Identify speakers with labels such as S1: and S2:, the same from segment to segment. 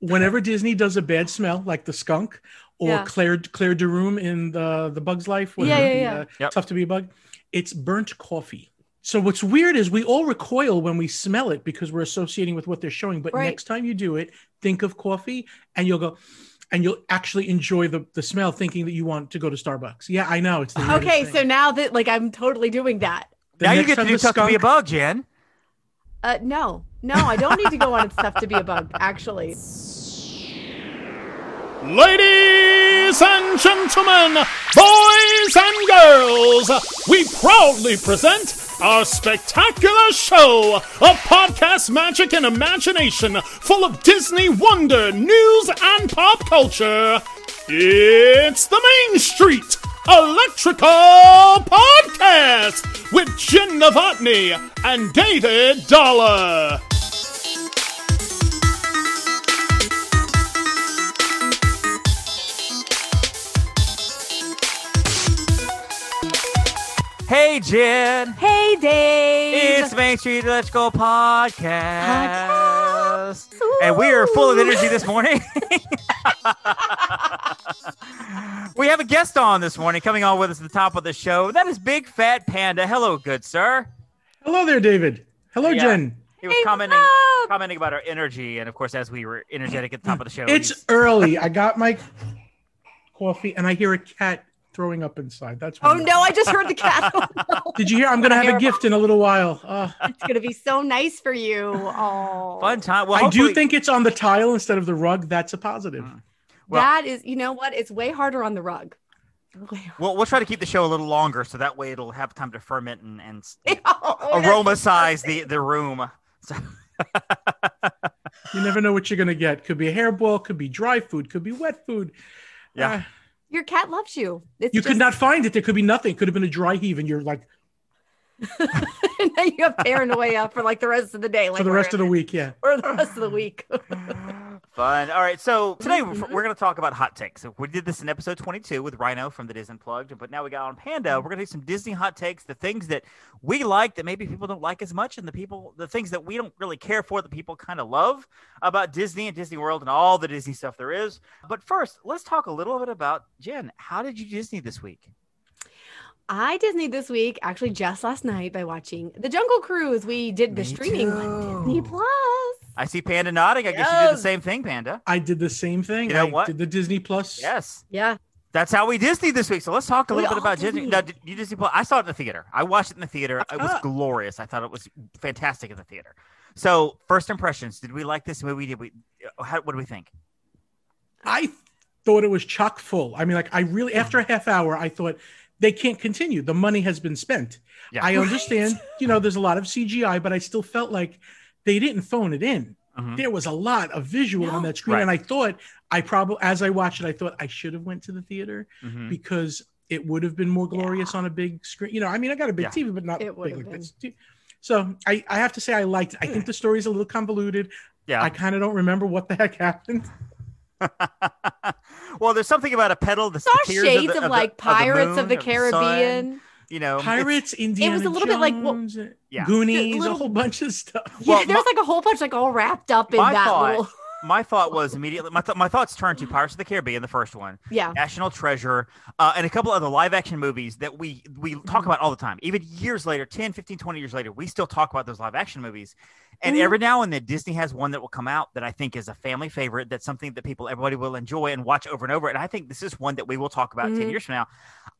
S1: whenever Disney does a bad smell, like the skunk or
S2: Yeah.
S1: Claire Claire de Room in the the Bug's Life, when
S2: Yeah,
S1: the,
S2: yeah, yeah.
S1: Uh,
S3: Yep.
S1: tough to be a bug, it's burnt coffee. So what's weird is we all recoil when we smell it because we're associating with what they're showing. But
S2: Right.
S1: next time you do it, think of coffee, and you'll go, and you'll actually enjoy the the smell, thinking that you want to go to Starbucks. Yeah, I know it's the weirdest
S2: Okay,
S1: thing.
S2: so now that like I'm totally doing that.
S1: The
S3: now you
S1: next
S3: get to
S1: time
S3: do
S1: the
S3: tough to be a
S1: skunk-
S3: bug, Jan.
S2: Uh, no, no, I don't need to go on and stuff to be a bug. Actually,
S4: Ladies and gentlemen, boys and girls, we proudly present our spectacular show of podcast magic and imagination full of Disney wonder, news, and pop culture. It's the Main Street Electrical Podcast with Jin Novotny and David Dollar.
S3: Hey, Jan.
S2: hey, Dave.
S3: It's Main Street Electrical Podcast.
S2: Podcast. Ooh.
S3: And we are full of energy this morning. we have a guest on this morning coming on with us at the top of the show. That is Big Fat Panda. Hello, good sir.
S1: Hello there, David. Hello,
S3: Yeah.
S1: Jen.
S3: He was
S2: Hey,
S3: commenting
S2: Bob.
S3: commenting about our energy. And of course, as we were energetic at the top of the show,
S1: It's
S3: he's-
S1: early. I got my coffee, and I hear a cat throwing up inside. That's
S2: oh
S1: wonderful.
S2: no, I just heard the cat. Oh, no.
S1: Did you hear? I'm going to have a gift in a little while. Uh,
S2: It's gonna be so nice for you. Oh,
S3: fun time. Well,
S1: I do
S3: hopefully- Mm.
S1: think it's on the tile instead of the rug. That's a positive.
S3: well-
S2: that is, you know what? It's way harder on the rug. Way-
S3: We'll, we'll try to keep the show a little longer so that way it'll have time to ferment and, and
S2: Oh, that's
S3: aroma size the, the room.
S1: You never know what you're going to get. Could be a hairball, could be dry food, could be wet food.
S3: Yeah.
S1: Uh,
S2: Your cat loves you. It's
S1: you
S2: just,
S1: could not find it. There could be nothing. Could have been a dry heave, and you're like
S2: now you have paranoia for like the rest of the day, like
S1: for the
S2: where-
S1: rest of the week. Yeah.
S2: or the rest of the week.
S3: Fun. All right. So today we're, we're going to talk about hot takes. We did this in episode 22 with Rhino from the Disney Plugged, but now we got on Panda. We're going to do some Disney hot takes, the things that we like that maybe people don't like as much, and the people, the things that we don't really care for that people kind of love about Disney and Disney World and all the Disney stuff there is. But first, let's talk a little bit about Jen. How did you Disney this week?
S2: I Disney this week, actually just last night by watching The Jungle Cruise. We did the
S3: Me
S2: streaming on Disney
S3: too.
S2: Plus.
S3: I see Panda nodding. I guess you did the
S2: Yes.
S3: same thing, Panda.
S1: I did the same thing.
S3: You know
S1: I
S3: what?
S1: did the Disney Plus.
S3: Yes.
S2: Yeah.
S3: That's how we Disney this week. So let's talk a
S2: We
S3: little bit
S2: all
S3: about Disney.
S2: Disney. Uh-huh.
S3: Now, did you Disney Plus? I saw it in the theater. I watched it in the theater. It was
S1: Ah.
S3: glorious. I thought it was fantastic in the theater. So first impressions. Did we like this movie? Did we? uh, How, what do we think?
S1: I thought it was chock full. I mean, like I really after a half hour, I thought they can't continue. The money has been spent.
S3: Yeah.
S1: I understand, you know, there's a lot of CGI, but I still felt like they didn't phone it in.
S3: Mhm.
S1: There was a lot of visual on
S2: No.
S1: that screen,
S3: Right.
S1: and I thought I probably as I watched it, I thought I should have went to the theater
S3: Mhm.
S1: because it would have been more glorious on a big screen. You know, I mean, I got a big
S3: Yeah.
S1: TV, but not
S2: It would
S1: big
S2: have
S1: like this. So I, I have to say I liked. It. I think the story's a little convoluted.
S3: Hmm. Yeah.
S1: I kind of don't remember what the heck happened.
S3: well, there's something about a pedal. The,
S2: Saw
S3: the tears
S2: shades
S3: of,
S2: of,
S3: the,
S2: like Pirates of the,
S3: moon, of the sun,
S2: Caribbean.
S3: you know, Um, it's-
S1: Pirates, Indiana
S2: was a little bit like what-
S1: Jones, uh,
S3: Yeah.
S1: Goonies,
S2: The
S1: a
S2: little-
S1: whole bunch of stuff.
S3: Well,
S2: yeah, there's like a whole bunch like all wrapped up in
S3: my
S2: that
S3: thought-
S2: little.
S3: My thought was immediately. My, th- my thoughts turned to Pirates of the Caribbean, the first one.
S2: Yeah.
S3: National Treasure, uh, and a couple other live action movies that we we
S1: Mm-hmm.
S3: talk about all the time. Even years later, 10, 15, 20 years later, we still talk about those live action movies. And
S2: Mhm.
S1: Mm-hmm.
S3: every now and then Disney has one that will come out that I think is a family favorite, that's something that people everybody will enjoy and watch over and over. And I think this is one that we will talk about 10
S1: Mm-hmm.
S2: Mhm.
S3: years from now.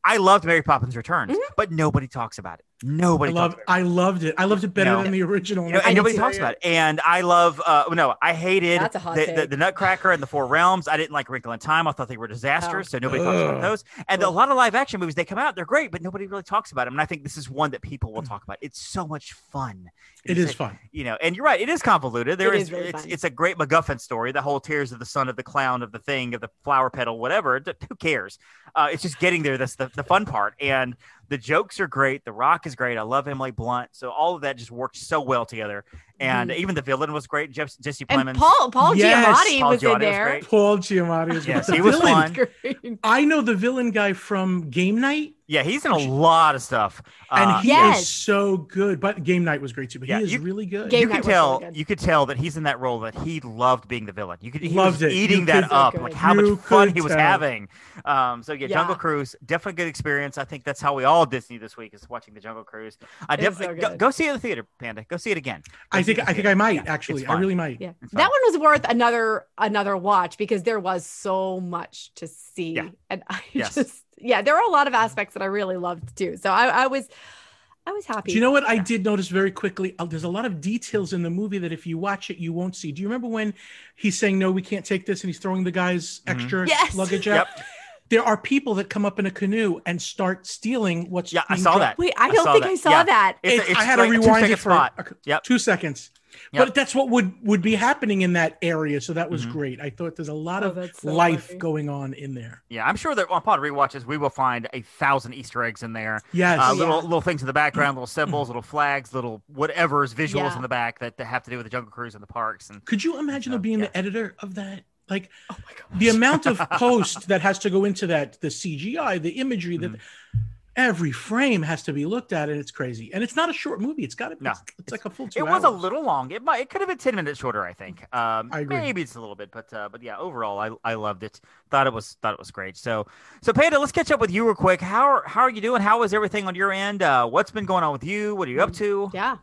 S3: I loved Mary Poppins Returns, but nobody talks about it.
S1: I
S3: Nobody
S1: love,
S3: talks about it.
S1: I loved it. I loved it better
S3: No.
S1: than the original.
S3: You know,
S1: I
S3: and nobody
S1: did.
S3: talks about it. And I love, uh, no, I hated
S2: That's a hot
S3: the,
S2: take.
S3: the, the Nutcracker and the Four Realms. I didn't like Wrinkle in Time. I thought they were disasters, so nobody talks about
S1: Ugh.
S3: those. And a lot of live action movies, they come out, they're great, but nobody really talks about them. And I think this is one that people will talk about. It's so much fun.
S1: It
S3: It's
S1: is
S3: like,
S1: fun.
S3: you know, and you're right. It is convoluted. There
S2: It
S3: is,
S2: is really
S3: it's,
S2: fun.
S3: it's a great MacGuffin story. The whole tears of the sun of the clown of the thing of the flower petal, whatever. D- Who cares? Uh, it's just getting there. That's the, the fun part. And the jokes are great. The Rock is great. I love Emily Blunt. So all of that just worked so well together. And even the villain was great. Jeff, Jesse
S2: Mm-hmm. And
S3: Plemons.
S2: Paul Paul
S1: Yes,
S2: Giamatti
S3: Paul
S2: was
S3: Giamatti
S2: in
S3: was
S2: there.
S3: great.
S1: Paul Giamatti is
S3: Yes,
S1: the
S3: he was
S1: villain.
S3: fun.
S2: Great.
S1: I know the villain guy from Game Night.
S3: Yeah, he's in a lot of stuff. Uh,
S1: and he
S2: Yes.
S1: is so good. But game night was great too. But
S3: Yeah,
S1: he is
S3: you-
S1: really good.
S2: Game
S3: you
S2: Night was
S3: could
S2: really
S3: tell
S2: good.
S3: you could tell that he's in that role that he loved being the villain. You could he
S1: Loved
S3: was
S1: it. You
S3: eating that
S1: could-
S3: up,
S2: So
S3: like
S2: good.
S3: how
S1: You
S3: much fun
S1: could
S3: he was
S1: tell.
S3: having. Um, so
S2: Yeah.
S3: yeah, Jungle Cruise, definitely good experience. I think that's how we all Disney this week is watching the Jungle Cruise. I
S2: It was
S3: definitely
S2: so
S3: go,
S2: good.
S3: go see it in the theater, Panda. Go see it again. Go
S1: I
S3: see it
S1: think
S3: in the
S1: I think
S3: theater.
S1: I might
S3: Yeah, it's
S1: actually. I
S3: fun.
S1: really might.
S2: Yeah.
S3: It's
S2: That
S3: fun.
S2: one was worth another another watch because there was so much to see.
S3: Yeah.
S2: And I
S3: Yes.
S2: just yeah, there were a lot of aspects that I really loved too. So I, I was I was happy.
S1: Do you know what I
S3: Yeah.
S1: did notice very quickly? Uh, There's a lot of details in the movie that if you watch it, you won't see. Do you remember when he's saying, No, we can't take this? And he's throwing the guy's
S3: Mhm.
S1: extra
S2: Yes.
S1: luggage out. There are people that come up in a canoe and start stealing what's.
S3: Yeah, I
S1: being
S3: saw
S1: dropped.
S3: that.
S2: Wait, I
S3: I
S2: don't
S3: saw
S2: think
S3: that.
S2: I saw
S3: Yeah.
S2: that.
S3: It's,
S1: It's-
S3: it's
S1: I had to
S3: like a
S1: rewind
S3: two-second
S1: it for
S3: spot.
S1: a-
S3: Yep.
S1: two seconds.
S3: Yep. Mm-hmm.
S1: But that's what would would be happening in that area. So that was
S3: Mhm.
S1: great. I thought there's a lot
S2: Oh,
S1: of
S2: that's so
S1: life
S2: funny.
S1: going on in there.
S3: Yeah, I'm sure that upon rewatches we will find a thousand Easter eggs in there.
S1: Yes.
S3: uh,
S2: Yeah.
S3: little little things in the background, little symbols, little flags, little whatever's visuals
S2: Yeah.
S3: in the back that, that have to do with the Jungle Cruise and the parks. And
S1: Could you imagine
S3: So,
S1: though, being
S3: Oh, yeah.
S1: the editor of that? Like
S2: Oh my god.
S1: the amount of post that has to go into that, the CGI, the imagery
S3: Mm.
S1: that every frame has to be looked at, and it's crazy. And it's not a short movie. It's got to be.
S3: No,
S1: it's, it's like a full two.
S3: it was a
S1: hours.
S3: little long. It might it could have been ten minutes shorter. I think. Um,
S1: I agree.
S3: Maybe it's a little bit, but uh, but yeah, overall I, I loved it. Thought it was thought it was great. So so Panda, let's catch up with you real quick. How are, how are you doing? How is everything on your end? Uh, what's been going on with you? What are
S1: Mm.
S3: you up to?
S2: Yeah.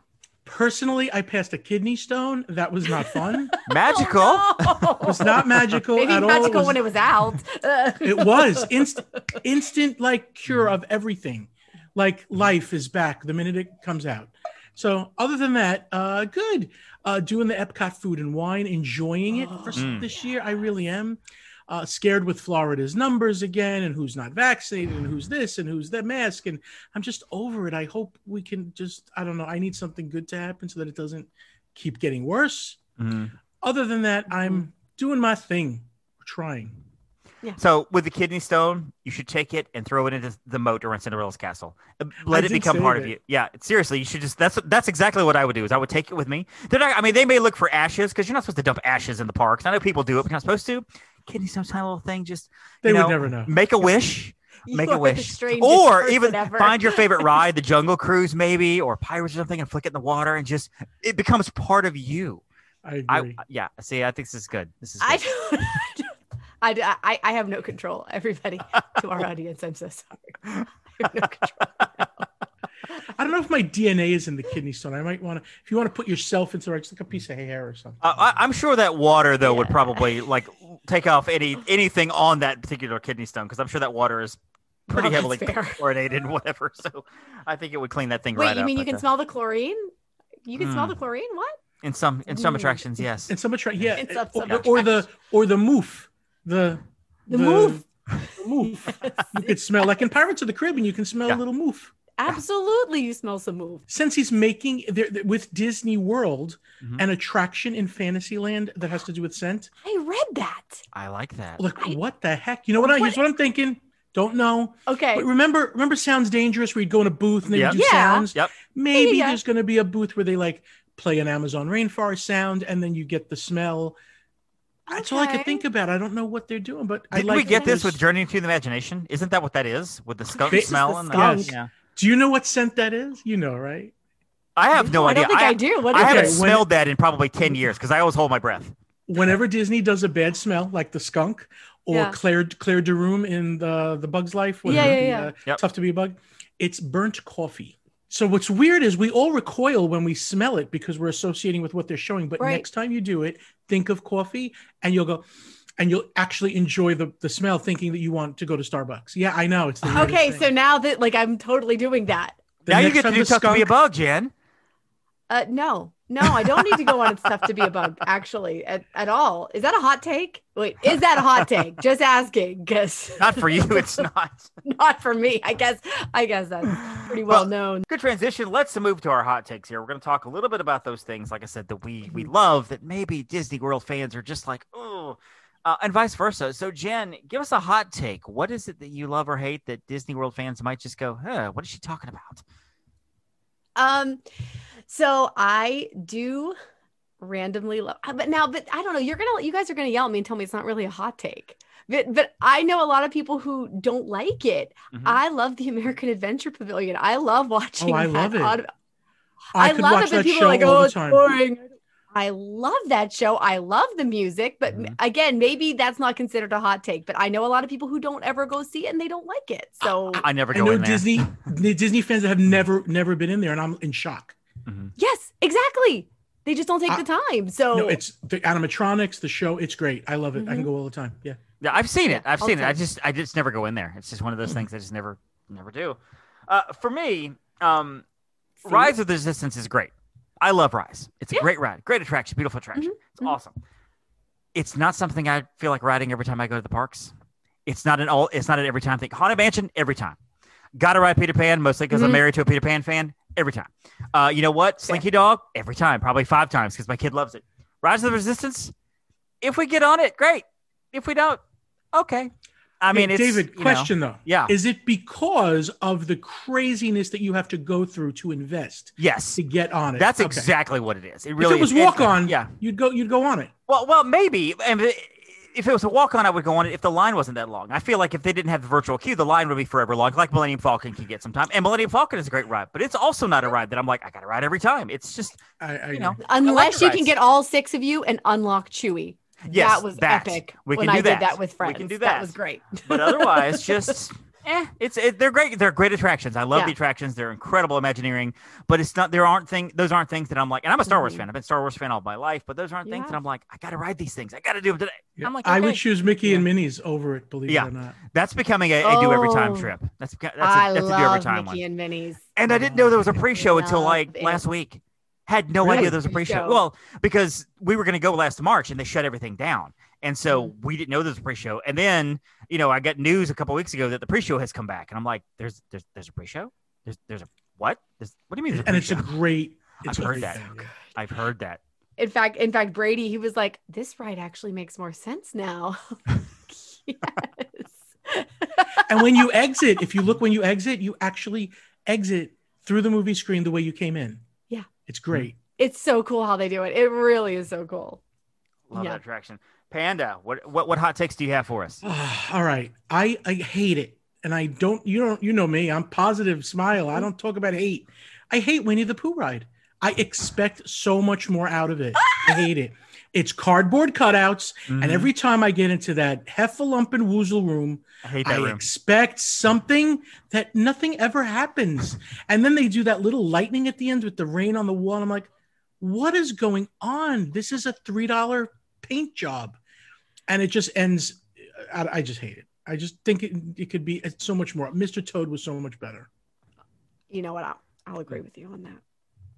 S1: Personally, I passed a kidney stone. That was not fun.
S3: Magical.
S1: it was not magical
S2: Oh, Maybe
S1: at all.
S2: magical
S1: it was,
S2: when it was out.
S1: it was instant, instant like cure of everything. Like life is back the minute it comes out. So other than that, uh, good. Uh, doing the Epcot food and wine, enjoying it for s-
S3: Mm.
S1: this year. I really am. Uh, scared with Florida's numbers again, and who's not vaccinated, and who's this, and who's that mask, and I'm just over it. I hope we can just. I don't know. I need something good to happen so that it doesn't keep getting worse.
S3: Mhm.
S1: Other than that, I'm
S3: Mm-hmm.
S1: doing my thing, trying.
S3: So with the kidney stone, you should take it and throw it into the moat around Cinderella's castle. Uh,
S1: I
S3: Let it
S1: did
S3: become
S1: say
S3: part of
S1: that.
S3: you. Yeah, seriously, you should just. That's that's exactly what I would do. Is I would take it with me. They're not. I mean, they may look for ashes because you're not supposed to dump ashes in the parks. I know people do it, but you're not supposed to. Kidney stone, tiny little thing. Just
S1: They
S3: you know,
S1: would never know.
S3: Make a wish.
S2: You
S3: make
S2: are
S3: a
S2: the
S3: wish,
S2: strangest
S3: or
S2: person
S3: even
S2: ever.
S3: find your favorite ride, the Jungle Cruise, maybe, or Pirates or something, and flick it in the water, and just it becomes part of you.
S1: I agree.
S3: I yeah. See, I think this is good. This is. Good.
S2: I don't. I, d- I, I have no control, everybody, to our audience. I'm so sorry. I have no control.
S1: I don't know if my DNA is in the kidney stone. I might want to, if you want to put yourself into like, just like a piece of hair or something.
S3: Uh, I, I'm sure that water though would
S2: Yeah.
S3: probably like take off any anything on that particular kidney stone because I'm sure that water is pretty
S2: Well,
S3: heavily
S2: that's fair.
S3: chlorinated and whatever. So I think it would clean that thing
S2: Wait,
S3: right
S2: you
S3: up.
S2: mean you
S3: but,
S2: can
S3: uh,
S2: smell the chlorine? You can smell
S3: Mm.
S2: the chlorine? What?
S3: in some in some
S2: Mm.
S3: attractions? Yes.
S1: and some attra- yeah,
S2: And some-
S1: or,
S2: some
S1: or the or the moof, the
S2: The moof.
S1: the moof. You could smell like in Pirates of the Caribbean. You can smell
S3: Yeah.
S1: a little moof.
S2: Absolutely, you smell some move.
S1: Since he's making there there- with Disney World
S3: Mhm.
S1: an attraction in Fantasyland that has to do with scent.
S2: I read that.
S3: I like that.
S1: Like
S2: I-
S1: what the heck? You know what? I,
S2: What-
S1: here's what I'm thinking. Don't know.
S2: Okay.
S1: But remember, remember, sounds dangerous. Where you'd go in a booth and they
S3: Yep.
S1: would do
S2: Yeah.
S1: sounds.
S3: Yep.
S1: Maybe
S2: Yeah.
S1: there's going to be a booth where they like play an Amazon rainforest sound, and then you get the smell. That's all I
S2: Okay.
S1: could think about. I don't know what they're doing, but I
S3: Did
S1: like
S3: we get
S1: that
S3: this
S1: there's-
S3: with Journey into the Imagination? Isn't that what that is with the skunk
S1: This is
S3: smell?
S2: the
S3: and
S1: skunk.
S3: the,
S1: Yes.
S3: yeah.
S1: Do you know what scent that is? You know, right?
S3: I have no,
S2: I
S3: idea.
S2: don't think I,
S3: I,
S2: do. What
S3: I
S2: is
S3: haven't
S1: Okay,
S2: it?
S1: when-
S3: smelled that in probably ten years because I always hold my breath.
S1: Whenever Disney does a bad smell, like the skunk or
S2: Yeah.
S1: Claire Claire de Room in the the Bug's Life, when
S2: Yeah,
S1: the,
S2: yeah, yeah.
S1: uh,
S3: Yep.
S1: tough to be a bug, it's burnt coffee. So what's weird is we all recoil when we smell it because we're associating with what they're showing. But
S2: Right.
S1: next time you do it, think of coffee, and you'll go, and you'll actually enjoy the the smell, thinking that you want to go to Starbucks. Yeah, I know. It's the weirdest
S2: Okay,
S1: thing.
S2: so now that like I'm totally doing that.
S1: The
S3: now you
S1: next
S3: get to
S1: time
S3: do
S1: the
S3: tough to be a
S1: skunk-
S3: bug, Jen.
S2: Uh, no, no, I don't need to go on and stuff to be a bug. Actually, at, at all. Is that a hot take? Wait, is that a hot take? Just asking, because
S3: Not for you. It's not.
S2: not for me. I guess. I guess that's pretty well
S3: Well,
S2: known.
S3: Good transition. Let's move to our hot takes here. We're going to talk a little bit about those things, like I said, that we we love that maybe Disney World fans are just like, oh, uh, and vice versa. So, Jen, give us a hot take. What is it that you love or hate that Disney World fans might just go, huh, what is she talking about?
S2: Um, so I do randomly love. But now, but I don't know. You're gonna, you guys are gonna yell at me and tell me it's not really a hot take. But, but I know a lot of people who don't like it.
S3: Mhm.
S2: I love the American Adventure Pavilion. I love watching.
S1: Mm-hmm. Oh, I
S2: that
S1: love it.
S2: on-
S1: I,
S2: I,
S1: could
S2: love
S1: watch
S2: it, but
S1: that
S2: people
S1: show
S2: are like,
S1: all
S2: "Oh,
S1: the
S2: it's
S1: time.
S2: boring." I love that show. I love the music, but m-
S1: Mm-hmm.
S3: Mhm.
S2: again, maybe that's not considered a hot take. But I know a lot of people who don't ever go see it and they don't like it. So
S3: I never
S1: I
S3: go
S1: know
S3: in there.
S1: Disney the Disney fans that have never never been in there, and I'm in shock.
S3: Mhm.
S2: yes, exactly. They just don't take
S1: I-
S2: the time. So
S3: Oh.
S1: No, it's the animatronics, the show. It's great. I love it.
S3: Mm-hmm.
S1: I can go all the time. Yeah.
S3: Yeah, I've seen it.
S2: Yeah,
S3: I've
S2: all
S3: seen
S2: the
S3: it. I
S2: time.
S3: just I just never go in there. It's just one of those things I just never never do. Uh, for me, um,
S2: See?
S3: Rise of the Resistance is great. I love Rise. It's a
S2: Yeah.
S3: great ride, great attraction, beautiful attraction.
S1: Mm-hmm.
S3: It's
S2: mhm.
S3: awesome. It's not something I feel like riding every time I go to the parks. It's not an all. It's not an every time thing. Haunted Mansion every time. Got to ride Peter Pan mostly because
S1: Mm-hmm.
S3: I'm
S2: Mhm.
S3: married to a Peter Pan fan every time. Uh, you know what? Slinky Dog every time, probably five times because my kid loves it. Rise of the Resistance. If we get on it, great. If we don't, okay. I mean,
S1: Hey,
S3: it's,
S1: David,
S3: you know,
S1: question though.
S3: yeah.
S1: Is it because of the craziness that you have to go through to invest
S3: yes,
S1: to get on it?
S3: that's
S1: Okay.
S3: exactly what it is. It really
S1: if it was
S3: is.
S1: walk on,
S3: Yeah.
S1: you'd go you'd go on it.
S3: Well, well, maybe. And if- if it was a walk on, I would go on it if the line wasn't that long. I feel like if they didn't have the virtual queue, the line would be forever long, like Millennium Falcon can get sometimes. And Millennium Falcon is a great ride, but it's also not a ride that I'm like, I got to ride every time. It's just,
S1: I, I
S3: you know,
S2: unless you
S3: rides.
S2: can get all six of you and unlock Chewy.
S3: Yes,
S2: that was
S3: that.
S2: epic.
S3: We
S2: when
S3: can do
S2: I
S3: that.
S2: did that with
S3: We
S2: friends.
S3: can do that.
S2: That was great.
S3: but otherwise, just, eh, it's, it, they're great. They're great attractions. I love
S2: Yeah.
S3: the attractions. They're incredible Imagineering, but it's not, there aren't thing, those aren't things that I'm like, and I'm a Star Wars
S2: Mhm.
S3: fan. I've been a Star Wars fan all my life, but those aren't things
S2: Yeah.
S3: that I'm like, I got to ride these things. I got to do them today.
S1: Yeah.
S3: I'm like,
S1: I would
S3: okay.
S1: choose Mickey
S3: Yeah.
S1: and Minnie's over it, believe
S3: Yeah.
S1: it or not.
S3: That's becoming a, a do every time
S2: Oh.
S3: trip. That's, beca- that's, a,
S2: I
S3: that's a do
S2: love
S3: every time one.
S2: Mickey and Minnie's.
S3: And I didn't know there was a pre-show until
S2: Love
S3: like
S2: it.
S3: last week. Had no
S1: Really?
S3: idea there was a pre-show.
S2: Pre-show.
S3: Well, because we were going to go last March and they shut everything down, and so we didn't know there was a pre-show. And then you know I got news a couple weeks ago that the pre-show has come back, and I'm like, "There's there's there's a pre-show? There's there's a what? There's, what do you mean? There's a
S1: And it's a
S3: pre-show?"
S1: great
S3: I've
S1: it's a
S3: heard
S1: great
S3: that.
S1: thing, yeah.
S3: I've heard that.
S2: In fact, in fact, Brady, he was like, "This ride actually makes more sense now." yes.
S1: And when you exit, if you look when you exit, you actually exit through the movie screen the way you came in.
S2: Yeah.
S1: It's great.
S2: it's so cool how they do it. It really is so cool.
S3: Love
S2: Yeah.
S3: that attraction. Panda, what what what hot takes do you have for us?
S1: All right. I, I hate it. And I don't, you don't, you know me, I'm positive smile. I don't talk about hate. I hate Winnie the Pooh ride. I expect so much more out of it. I hate it. It's cardboard cutouts.
S3: Mm-hmm.
S1: And every time I get into that heffalump woozle room,
S3: I hate that
S1: I
S3: room.
S1: expect something that nothing ever happens. And then they do that little lightning at the end with the rain on the wall. And I'm like, what is going on? This is a $3 paint job. And it just ends. I, I just hate it. I just think it, it could be it's so much more. Mr. Toad was so much better.
S2: You know what? I'll, I'll agree with you on that.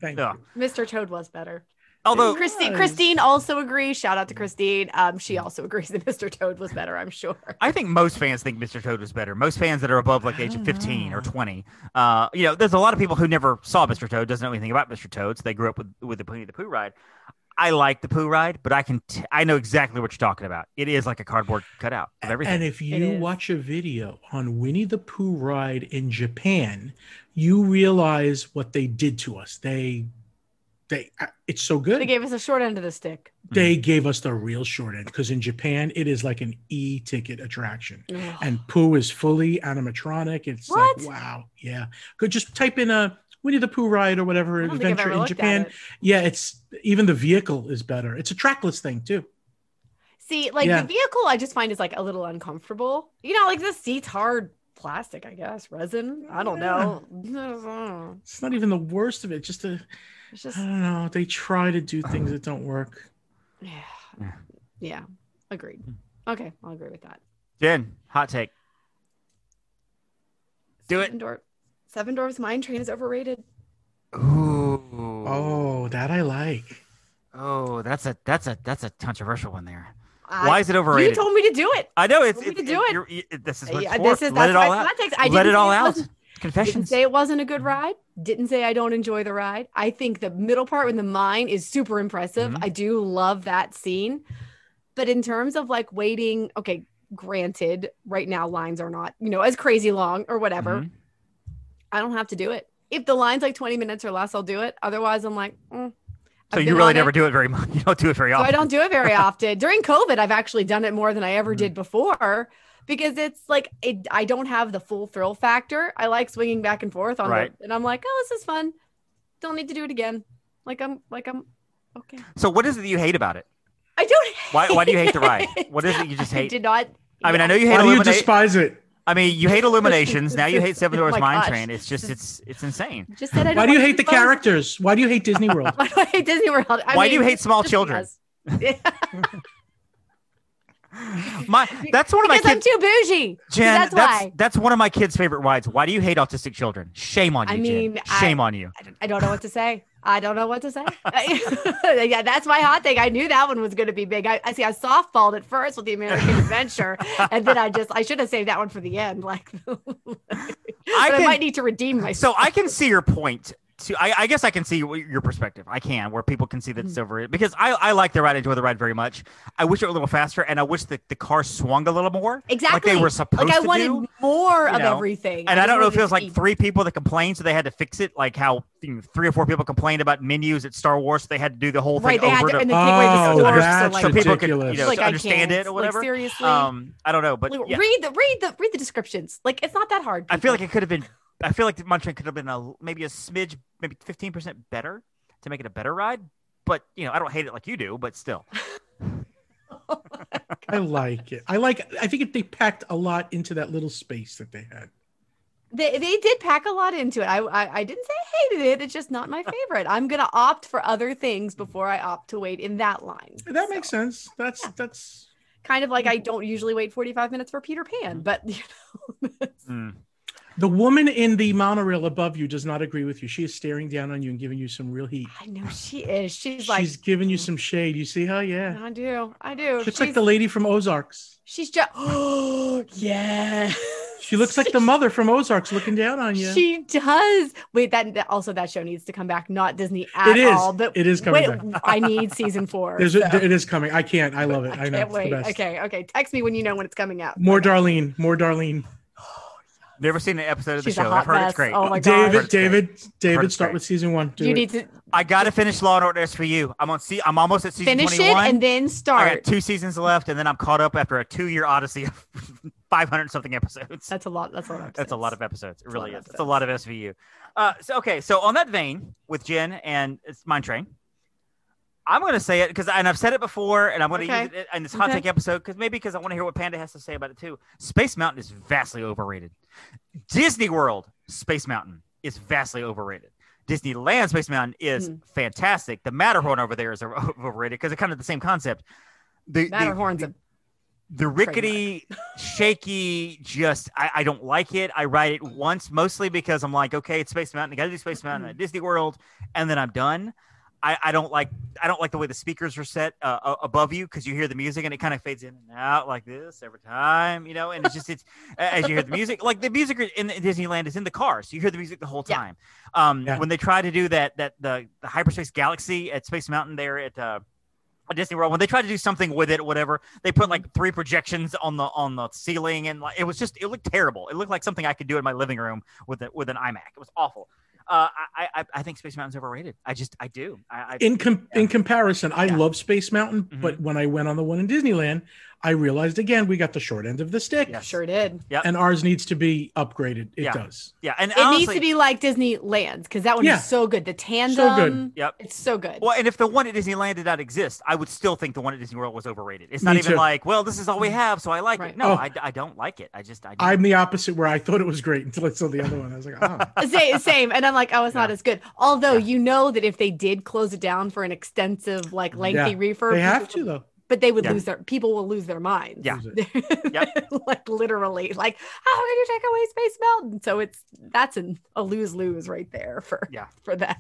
S1: Thank
S3: Yeah.
S1: you.
S2: Mr. Toad was better.
S3: Although
S2: Christine,
S1: was.
S2: Christine also agrees. Shout out to Christine. Um, she
S3: Mm.
S2: also agrees that Mr. Toad was better. I'm sure.
S3: I think most fans think Mr. Toad was better. Most fans that are above like the
S1: I
S3: age of
S1: don't
S3: 15 or
S2: Oh,
S1: know.
S3: 20. Uh, you know, there's a lot of people who never saw Mr. Toad, doesn't know anything about Mr. Toad, so they grew up with with the Poonie the Pooh ride. I like the Pooh ride, but I can t- I know exactly what you're talking about. It is like a cardboard cutout of everything.
S1: And if you
S2: is.
S1: watch a video on Winnie the Pooh ride in Japan, you realize what they did to us. They, they, it's so good.
S2: They gave us a short end of the stick.
S1: they gave us the real short end because in Japan it is like an e-ticket attraction.
S2: Ugh.
S1: And Pooh is fully animatronic. It's
S2: What?
S1: like wow, yeah. Go just type in a Winnie the Pooh ride or whatever
S2: I don't think I've
S1: adventure
S2: ever
S1: in
S2: looked at
S1: Japan.
S2: it.
S1: Yeah, it's even the vehicle is better. It's a trackless thing too.
S2: See, like
S1: Yeah.
S2: the vehicle, I just find is like a little uncomfortable. You know, like the seat's hard plastic, I guess, resin. I don't know.
S1: It's not even the worst of it. Just a
S2: It's
S1: I
S2: just,
S1: don't know. They try to do things that don't work.
S2: yeah. yeah, agreed.
S3: Hmm.
S2: Okay, I'll agree with that.
S3: Jen, hot take. Do it.
S2: Seven, Door- Seven Dwarfs Mine Train is overrated.
S3: Ooh.
S1: Oh, that I like.
S3: Oh, that's a that's a that's a controversial one there.
S2: I-
S3: Why is it overrated?
S2: You told me to do it.
S3: I know it's
S2: told me
S3: it's-
S2: to do it.
S3: you're- you- this is what it's
S2: Yeah,
S3: for.
S2: this is
S3: Let
S2: that's
S3: it all
S2: my
S3: out.
S2: context. I
S3: Let
S2: didn't
S3: it
S2: say
S3: all out.
S2: wasn't- Didn't
S3: Confessions.
S2: say it wasn't a good ride. Didn't say I don't enjoy the ride. I think the middle part when the mine is super impressive.
S3: Mhm.
S2: I do love that scene. But in terms of like waiting, okay, granted, right now lines are not, you know, as crazy long or whatever.
S3: Mhm.
S2: I don't have to do it. If the line's like 20 minutes or less, I'll do it. Otherwise, I'm like, mm.
S3: So
S2: I've
S3: you
S2: been
S3: really
S2: on
S3: never
S2: it.
S3: do it very much. You don't do it very
S2: So
S3: often.
S2: I don't do it very often. During COVID, I've actually done it more than I ever
S3: Mhm.
S2: did before because it's like it, I don't have the full thrill factor. I like swinging back and forth on
S3: Right.
S2: it, and I'm like, oh, this is fun. Don't need to do it again. Like I'm, like I'm, okay.
S3: So what is it that you hate about it?
S2: I don't.
S3: Why, why do you hate the ride?
S2: it.
S3: What is it you just
S2: I
S3: hate?
S2: did not.
S3: I mean, I know you hate
S1: Why do you
S3: Illuminate.
S1: despise it?
S3: I mean, you hate Illuminations. Now you hate Seven
S2: Oh
S3: Doors
S2: my
S3: Mine
S2: gosh.
S3: Train. It's just, it's, it's insane.
S2: Just said I don't
S1: Why do you
S2: wanna
S1: hate the
S2: be bothered.
S1: characters? Why do you hate Disney World?
S2: Why do I hate Disney World? I
S3: Why do you
S2: mean,
S3: hate small
S2: just
S3: children?
S2: because.
S3: My, that's one of my
S2: Because I'm
S3: kids.
S2: too bougie.
S3: Jen,
S2: that's
S3: that's,
S2: why.
S3: that's one of my kids' favorite rides. Why do you hate autistic children? Shame on you,
S2: I mean,
S3: Jen.
S2: I-
S3: Shame on you.
S2: I don't- I don't know what to say. I don't know what to say. yeah, that's my hot take. I knew that one was going to be big. I, I see. I softballed at first with the American Adventure, and then I just I should have saved that one for the end. Like, but I,
S3: can-
S2: might need to redeem
S3: So
S2: myself.
S3: I can see your point. To, I, I guess I can see your your perspective. I can, where people can see that
S2: Mm-hmm.
S3: it's over it because I, I like the ride, I enjoy the ride very much. I wish it were a little faster, and I wish that the car swung a little more,
S2: exactly
S3: like they were supposed
S2: Like I
S3: to
S2: wanted
S3: do.
S2: more
S3: you
S2: of
S3: know.
S2: everything.
S3: And I
S2: just
S3: don't know if
S2: wanted
S3: it was
S2: to
S3: like
S2: be-
S3: three people that complained, so they had to fix it. Like how you know, three or four people complained about menus at Star Wars, so they had to do the whole
S2: right. They
S3: thing
S2: had
S3: over
S2: to,
S3: to,
S2: and they take away the
S1: Oh,
S2: score,
S1: that's
S2: so like,
S3: so people could
S1: ridiculous.
S3: you know
S2: like
S3: to
S2: I
S3: understand
S2: can't.
S3: it or whatever.
S2: Like, seriously.
S3: um, I don't know, but
S2: Like,
S3: yeah,
S2: read the read the read the read the descriptions. Like it's not that hard.
S3: I feel like
S2: people.
S3: it could have been. I feel like the Munchkin could have been a maybe a smidge, maybe fifteen percent better to make it a better ride. But you know, I don't hate it like you do. But still,
S1: I like it. I like. I think if they packed a lot into that little space that they had.
S2: they, they did pack a lot into it. I, I I didn't say I hated it. It's just not my favorite. I'm gonna opt for other things before I opt to wait in that line.
S1: That
S2: So,
S1: makes sense. That's
S2: Yeah.
S1: that's.
S2: Kind of like I don't usually wait 45 minutes for Peter
S1: Mm-hmm.
S2: Pan, but you know,
S3: Mm.
S1: The woman in the monorail above you does not agree with you. She is staring down on you and giving you some real heat.
S2: I know she is. She's
S1: She's
S2: like,
S1: giving you some shade. You see how? Yeah.
S2: I do, I do.
S1: She
S2: she's
S1: looks like the lady from Ozarks.
S2: she's just oh yeah.
S1: She looks like the mother from Ozarks looking down on you.
S2: She does. Wait, that, that- also that show needs to come back. Not Disney at
S1: it is.
S2: all, but
S1: it is coming
S2: wait,
S1: back.
S2: I need season four.
S1: There's a,
S2: so
S1: it is coming. I can't. I love it. I,
S2: I
S1: know.
S2: can't
S1: It's the
S2: wait.
S1: best.
S2: Okay, okay. Text me when you know when it's coming out.
S1: More Darlene. More
S2: Oh
S1: Darlene.
S3: never seen an episode of the
S2: She's a
S3: show.
S2: hot
S3: I've heard
S2: mess.
S3: it's great.
S2: Oh my god,
S1: David.
S3: Heard it's great.
S1: David.
S3: Heard
S1: David.
S3: it's
S1: Start
S3: great.
S1: with season one. Do
S2: you
S1: it.
S2: need to
S3: I gotta finish Law and Order S for you. I'm on. See, I'm almost at season
S2: finish
S3: 21.
S2: it and then
S3: I
S2: start.
S3: got two seasons left, and then I'm caught up after a two-year odyssey of 500 something episodes.
S2: That's a lot. That's a lot. Of
S3: That's a lot of
S2: episodes.
S3: episodes. It
S2: That's a lot
S3: really
S2: of
S3: is. It's a lot of SVU. Uh, so okay, so on that vein with Jen and it's Mine Train, I'm gonna say it because and I've said it before, and I'm gonna
S2: Okay.
S3: use it in this hot
S2: Okay.
S3: take episode because maybe because I want to hear what Panda has to say about it too. Space Mountain is vastly overrated. Disney World Space Mountain is vastly overrated. Disneyland Space Mountain is
S2: Hmm.
S3: fantastic. The Matterhorn over there is o- overrated because it's kind of the same concept. The, the,
S2: Matterhorn's a
S3: the rickety, shaky, just I, I don't like it. I ride it once mostly because I'm like, okay, it's Space Mountain. I gotta do Space Mountain at Disney World, and then I'm done. I, I don't like I don't like the way the speakers are set uh, uh, above you because you hear the music and it kind of fades in and out like this every time, you know. And it's just it's as you hear the music, like the music in Disneyland is in the car, so you hear the music the whole
S2: Yeah.
S3: time. Um,
S1: Yeah.
S3: When they try to do that that the, the hyperspace galaxy at Space Mountain there at uh, at Disney World when they tried to do something with it or whatever, they put
S2: Mm-hmm.
S3: like three projections on the on the ceiling and like it was just it looked terrible. It looked like something I could do in my living room with a, with an iMac. It was awful. Uh, I, I I think Space Mountain's overrated. I just I do. I, I
S1: in com-
S3: Yeah.
S1: in comparison, I
S3: Yeah.
S1: love Space Mountain,
S3: Mhm.
S1: but when I went on the one in Disneyland, I realized again we got the short end of the stick,
S3: Yes.
S2: sure did.
S1: and ours needs to be upgraded. It
S3: Yeah.
S1: does.
S3: yeah, and
S2: It needs to be like Disneyland's because that one
S1: Yeah.
S2: is so good. The tandem.
S3: Yep.
S2: It's so good.
S3: Well, and if the one at Disneyland did not exist, I would still think the one at Disney World was overrated. It's not
S1: Me
S3: even
S1: too.
S3: like, well, this is all we have, so I like it.
S2: Mm-hmm. Right.
S3: No,
S1: Oh.
S3: I, I don't like it. I just I don't.
S1: I'm the opposite where I thought it was great until I saw the other one. I was like, oh,
S2: Same, same. And I'm like, oh, it's not
S3: Yeah.
S2: as good. Although
S3: Yeah.
S2: you know that if they did close it down for an extensive, like lengthy
S1: Yeah.
S2: refurb,
S1: they have
S2: people
S1: to though.
S2: but they would
S3: Yeah.
S2: lose their people will lose their minds.
S3: Yeah.
S2: like literally, like how can you take away Space Mountain? So it's that's an, a lose lose right there for
S3: Yeah.
S2: for them.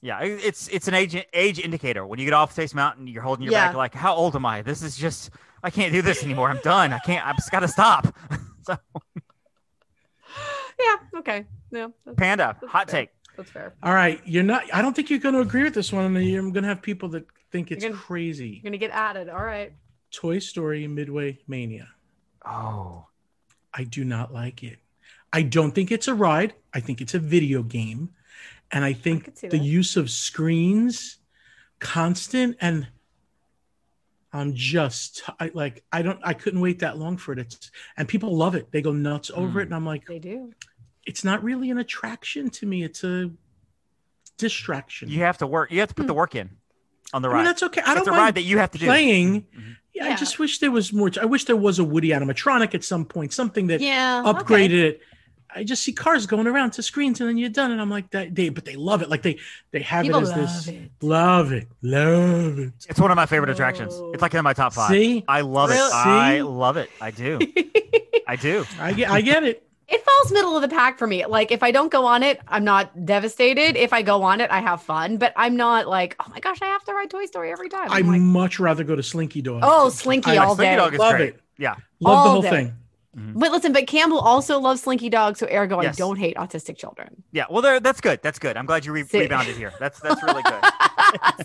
S3: Yeah, it- it's it's an age age indicator. When you get off Space Mountain, you're holding your
S2: Yeah.
S3: back like, how old am I? This is just I can't do this anymore. I'm done. I can't. I've just got to stop. so
S2: Yeah, okay, yeah, that's,
S3: Panda,
S2: That's
S3: hot
S2: fair.
S3: take.
S2: that's fair.
S1: All right, you're not. I don't think you're going to agree with this one, and I'm going to have people that think it's
S2: You're gonna-
S1: crazy.
S2: You're gonna get at it. All right,
S1: Toy Story Midway Mania.
S3: Oh,
S1: I do not like it. I don't think it's a ride. I think it's a video game. And I think
S2: could see
S1: the
S2: that.
S1: use of screens constant and I'm just I, like I don't I couldn't wait that long for it. It's, and people love it. They go nuts
S3: Mm.
S1: over it, and I'm like,
S2: They do.
S1: it's not really an attraction to me. It's a distraction.
S3: You have to work. You have to put the work in on the
S1: I
S3: ride.
S1: mean, that's okay. I
S3: it's
S1: don't
S3: a ride
S1: mind
S3: that you have to do.
S1: playing.
S3: Mhm.
S1: Yeah, I
S2: Yeah.
S1: just wish there was more. I wish there was a Woody animatronic at some point, something that
S2: Yeah.
S1: upgraded it. I just see cars going around to screens and then you're done. And I'm like, that they, but they love it. Like they, they have
S2: People
S1: it as
S2: love
S1: this.
S2: it.
S1: Love it. Love it.
S3: It's one of my favorite attractions. It's like in my top five.
S1: See?
S3: I love it.
S1: Really?
S3: I
S1: See?
S3: love it. I do. I do.
S1: I get, I get it.
S2: It falls middle of the pack for me. Like if I don't go on it, I'm not devastated. If I go on it, I have fun, but I'm not like, oh my gosh, I have to ride Toy Story every time.
S1: I
S2: I'm like,
S1: much rather go to Slinky Dog.
S2: oh, Slinky
S1: I-
S2: all
S3: Slinky
S2: day.
S3: Dog is
S1: Love
S3: great.
S1: it.
S3: Yeah.
S1: love the
S2: all
S1: whole
S2: day.
S1: thing.
S2: But listen, but Campbell also loves Slinky Dog, so ergo,
S3: Yes.
S2: I don't hate autistic children.
S3: Yeah. Well, there. That's good. That's good. I'm glad you re-
S2: See?
S3: rebounded here. That's that's really good.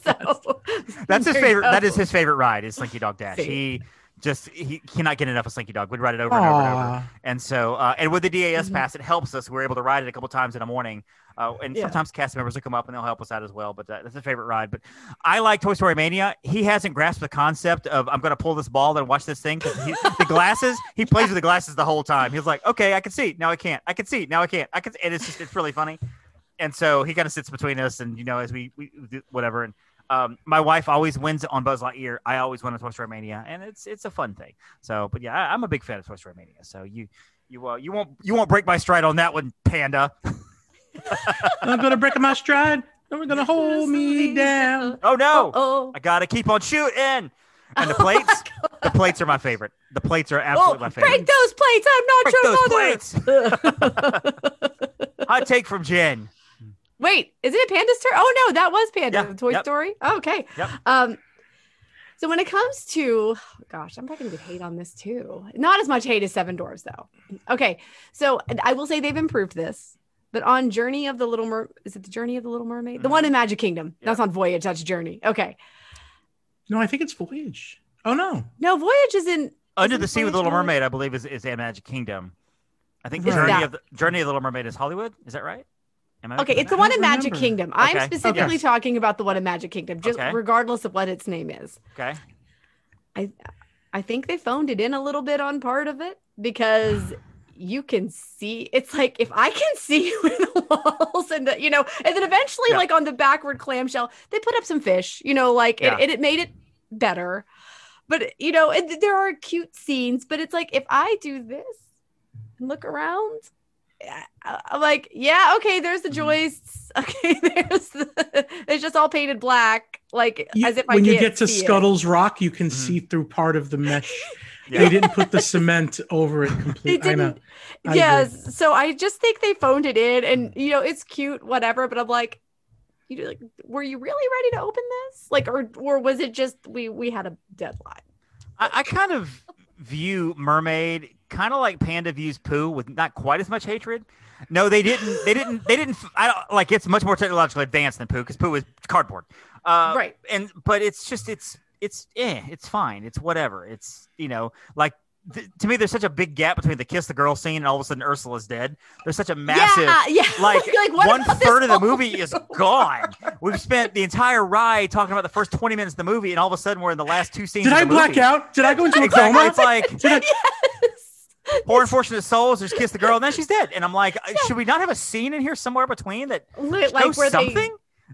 S2: so
S3: That's his
S2: there you
S3: favorite. That
S2: go.
S3: is his favorite ride. Is Slinky Dog Dash.
S2: See?
S3: He just he cannot get enough of Slinky Dog. We'd ride it over and over and over.
S1: Aw.
S3: And so, uh, and with the DAS
S2: Mhm.
S3: pass, it helps us. We're able to ride it a couple times in the morning. Uh, and
S1: Yeah.
S3: sometimes cast members will come up and they'll help us out as well. But that, that's a favorite ride. But I like Toy Story Mania. He hasn't grasped the concept of I'm going to pull this ball and watch this thing. 'cause he- the glasses, he plays with the glasses the whole time. He's like, okay, I can see. Now I can't. I can see. Now I can't. I can. And it's just, it's really funny. And so he kind of sits between us and, you know, as we, we do whatever. And um, my wife always wins on Buzz Lightyear. I always win on Toy Story Mania. And it's, it's a fun thing. So, but yeah, I, I'm a big fan of Toy Story Mania. So you, you, uh, you won't, you won't break my stride on that one, Panda.
S1: I'm going to break my stride. No one's going to hold me down.
S3: Oh no,
S2: Oh,
S3: I gotta keep on shooting. And the plates, the plates are my favorite. The plates are absolutely my
S2: oh
S3: favorite.
S2: break those plates! I'm not your
S3: Break those
S2: mother.
S3: plates. Hot take from Jen.
S2: Wait, is it a panda's turn? Oh no, that was Panda
S3: Yeah,
S2: in Toy
S3: yep.
S2: Story. Oh, okay.
S3: Yep.
S2: Um so when it comes to gosh, I'm probably gonna get hate on this too. Not as much hate as Seven Dwarfs though. Okay. So and I will say they've improved this, but on Journey of the Little Mer is it the Journey of the Little Mermaid? The one in Magic Kingdom.
S3: Mm-hmm. Yeah.
S2: That's on Voyage, that's Journey. Okay.
S1: No, I think it's Voyage. Oh, no.
S2: No, Voyage is in
S3: Under
S2: Isn't
S3: the Sea
S2: Voyage
S3: with the Little
S2: Hollywood?
S3: Mermaid, I believe, is, is at Magic Kingdom. I think
S1: Is
S3: Journey
S2: that-
S3: of the Journey of the Little Mermaid is Hollywood. Is that right? Am I
S2: Okay,
S3: making
S2: it's the
S3: that?
S2: one in
S1: don't
S2: Magic
S1: remember.
S2: Kingdom.
S3: Okay.
S2: I'm specifically
S1: Yes.
S2: talking about the one in Magic Kingdom, just
S3: Okay.
S2: regardless of what its name is.
S3: Okay.
S2: I think they phoned it in a little bit on part of it because you can see it's like if I can see you in the walls and the, you know, and then eventually
S3: Yeah.
S2: like on the backward clamshell, they put up some fish, you know, like
S3: Yeah.
S2: and, and it made it better. But you know, and there are cute scenes, but it's like if I do this and look around, I- I- I'm like, yeah, okay, there's the
S1: Mm-hmm.
S3: Mhm.
S2: joists. Okay, there's the, it's just all painted black, like
S1: You-
S2: as if I
S1: when you
S2: can't
S1: get to
S2: see it.
S1: Scuttle's Rock, you can
S3: Mhm.
S1: see through part of the mesh.
S3: Yeah.
S1: They didn't put the cement over it completely.
S2: They
S1: I know.
S2: didn't.
S1: I
S2: yes. So I just think they phoned it in and you know, it's cute, whatever, but I'm like, you do- like were you really ready to open this? Like or or was it just we we had a deadline?
S3: I, I kind of view mermaid kind of like panda views poo with not quite as much hatred. No, they didn't. They didn't. They didn't. I don't, like it's much more technologically advanced than poo because poo is cardboard. Uh,
S2: right.
S3: And but it's just it's it's eh, it's fine. It's whatever. It's you know like. Th- to me, there's such a big gap between the kiss the girl scene and all of a sudden Ursula's dead. There's such a massive
S2: yeah, yeah.
S3: like
S2: what
S3: one
S2: about this
S3: third of the
S2: whole-
S3: movie is gone. We've spent the entire ride talking about the first 20 minutes of the movie, and all of a sudden we're in the last two scenes.
S1: Did
S3: of
S1: I
S3: the
S1: black
S3: movie.
S1: out? Did I go into a
S3: Exactly.
S1: coma?
S3: It's like
S2: Yes.
S3: poor unfortunate souls. Just kiss the girl, and then she's dead. And I'm like, "Uh, should we not have a scene in here somewhere between that
S2: Like,
S3: shows
S2: like where
S3: something?
S2: they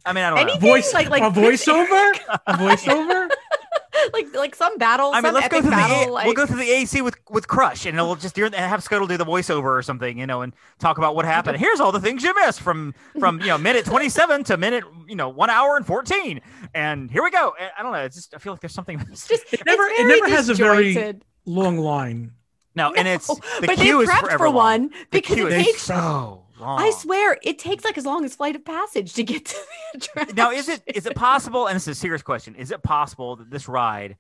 S3: I mean, I don't know.
S2: Anything?
S1: Voice,
S2: Like- like
S1: a voiceover, a voiceover.
S2: like like some battle,
S3: I mean,
S2: some
S3: let's go
S2: epic
S3: through
S2: battle.
S3: the A-
S2: like,
S3: we'll go through the AC with with Crush, and we'll just hear and have Scuttle do the voiceover or something, you know, and talk about what happened. Here's all the things you missed from from you know minute 27 to minute you know one hour and 14, and here we go. And I don't know. It's just I feel like there's something
S2: just
S1: It never,
S2: it's
S1: it
S2: very
S1: never has a very
S2: disjointed.
S1: long line.
S3: no, and it's
S2: Oh,
S3: the
S2: but they
S3: queue is
S2: prepped
S3: forever
S2: for
S3: long.
S2: one
S3: The
S2: because
S3: queue
S2: it
S3: is
S1: They-
S2: takes
S3: so long.
S2: I swear it takes like as long as Flight of Passage to get to the attraction.
S3: now is it is it possible and this is a serious question is it possible that this ride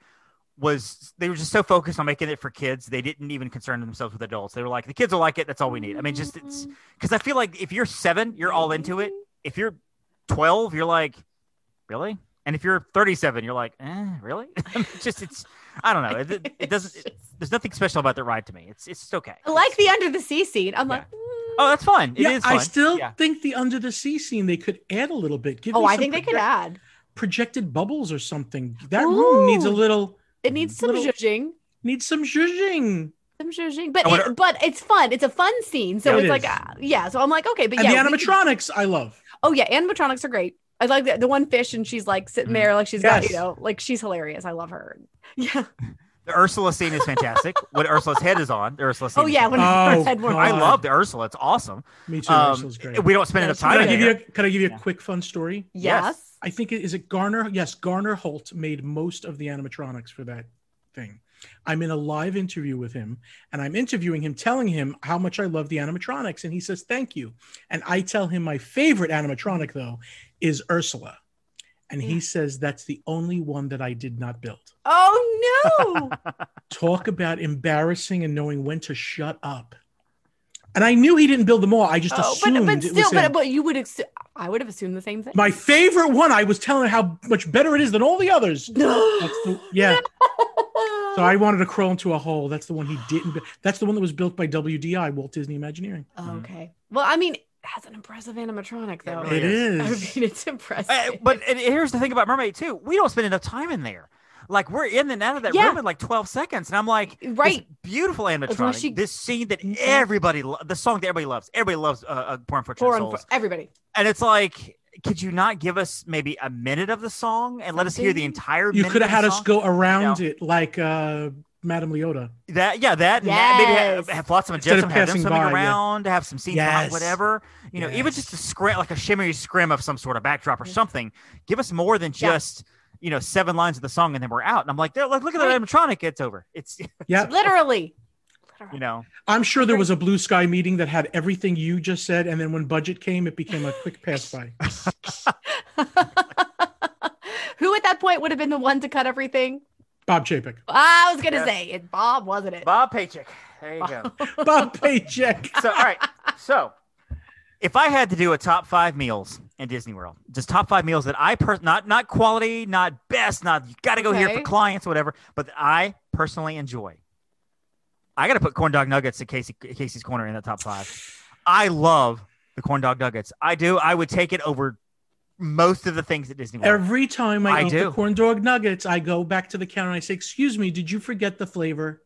S3: was they were just so focused on making it for kids they didn't even concern themselves with adults they were like the kids will like it that's all we need i mean just it's
S2: Mm-hmm.
S3: because i feel like if you're seven you're all into it if you're 12 you're like really and if you're 37 you're like eh, really I mean, just it's i don't know it, it doesn't it- there's nothing special about that ride to me it's it's okay
S2: I like the under the sea scene. I'm
S3: Yeah.
S2: like, mm.
S3: oh that's fun It is
S1: yeah, I
S3: fun.
S1: still
S3: Yeah.
S1: think the under the sea scene they could add a little bit. Give
S2: oh,
S1: me
S2: I
S1: some
S2: think they could
S1: proje-
S2: add.
S1: projected bubbles or something. That room needs a
S2: Ooh.
S1: little
S2: It needs some
S1: Little-
S2: zhuzhing.
S1: needs some zhuzhing.
S2: Some zhuzhing. But
S3: I wonder-
S2: it, but it's fun. It's a fun scene. So
S1: Yeah, it
S2: it's like
S1: is.
S2: uh, yeah. So I'm like okay, but
S1: And
S2: yeah. we
S1: the
S2: could-
S1: animatronics, I love.
S2: oh yeah, animatronics are great. I like the, the one fish, and she's like sitting
S3: Mhm.
S2: there, like she's got
S1: Yes.
S2: you know, like she's hilarious. I love her. Yeah.
S3: The Ursula scene is fantastic. when Ursula's head is on, the Ursula scene.
S2: Oh
S3: is
S2: yeah. When
S3: fantastic.
S2: her
S1: Oh,
S2: head went-
S3: I
S1: God.
S3: love the Ursula. It's awesome.
S1: Me too.
S3: Um,
S1: Ursula's great.
S3: We don't spend
S2: Yeah,
S3: enough
S2: she's
S3: time.
S1: Could I
S2: Right
S1: give you?
S3: there.
S1: A, could I give you a
S3: Yeah.
S1: quick fun story?
S2: Yes.
S1: I think it is it Garner. Yes, Garner Holt made most of the animatronics for that thing. I'm in a live interview with him, and I'm interviewing him, telling him how much I love the animatronics, and he says thank you. And I tell him my favorite animatronic though is Ursula, and he
S2: Yeah.
S1: says that's the only one that I did not build.
S2: Oh no.
S1: Talk about embarrassing and knowing when to shut up. And I knew he didn't build them all. I just
S2: Oh,
S1: assumed
S2: but but
S1: it was
S2: still,
S1: him.
S2: but but you would. Ex- I would have assumed the same thing.
S1: My favorite one, I was telling her how much better it is than all the others.
S2: no.
S1: That's the, yeah. So I wanted to crawl into a hole. That's the one he didn't. bu- That's the one that was built by WDI, Walt Disney Imagineering.
S2: Oh, okay. Well, I mean, that's an impressive animatronic,
S3: Yeah,
S2: though.
S3: It
S1: It
S2: I
S1: is.
S2: mean, it's impressive.
S3: Uh, but and here's the thing about Mermaid too. We don't spend enough time in there. Like we're in and out of that
S2: Yeah.
S3: room in like 12 seconds, and I'm like, this
S2: right.
S3: beautiful
S2: long
S3: animatronic.
S2: as she-
S3: This scene that
S2: Mhm.
S3: everybody, lo- the song that everybody loves, everybody loves uh, uh, "Born for
S2: For
S3: Souls,"
S2: everybody.
S3: and it's like, could you not give us maybe a minute of the song and let us hear the
S2: Something?
S3: entire?
S1: You
S3: minute
S1: could have
S3: of
S1: had
S3: the
S1: us
S3: song?
S1: go around it like uh, Madame Leota.
S3: That yeah, that and that, maybe have,
S2: Yes.
S3: have lots of
S1: Instead of
S3: gypsum, have them
S1: passing
S3: swimming
S1: by, yeah.
S3: around, have some scenes behind
S1: Yes.
S3: whatever. You know, even
S1: Yes.
S3: just a scrim like a shimmery scrim of some sort of backdrop or
S2: Yeah.
S3: something. Give us more than
S2: Yeah.
S3: just you know seven lines of the song and then we're out. And I'm like, look, look at that
S2: Right.
S3: animatronic. It's over. It's
S1: Yeah,
S2: Literally. Literally.
S3: you know
S1: I'm sure there was a Blue Sky meeting that had everything you just said, and then when budget came, it became a quick pass by.
S2: Who at that point would have been the one to cut everything?
S1: Bob Chapek,
S2: I was gonna
S3: Yes.
S2: say it. Bob wasn't it?
S3: Bob Paycheck. There you go.
S1: Bob Paycheck.
S3: so all right so if i had to do a top five meals in disney world just top five meals that i per not not quality not best not you gotta go here for
S2: Okay.
S3: clients whatever but that i personally enjoy i gotta put corn dog nuggets at casey casey's corner in that top five i love the corn dog nuggets i do i would take it over most of the things at disney world
S1: Every time I,
S3: I
S1: eat
S3: do.
S1: the corn dog nuggets, I go back to the counter and I say, "Excuse me, did you forget the flavor?"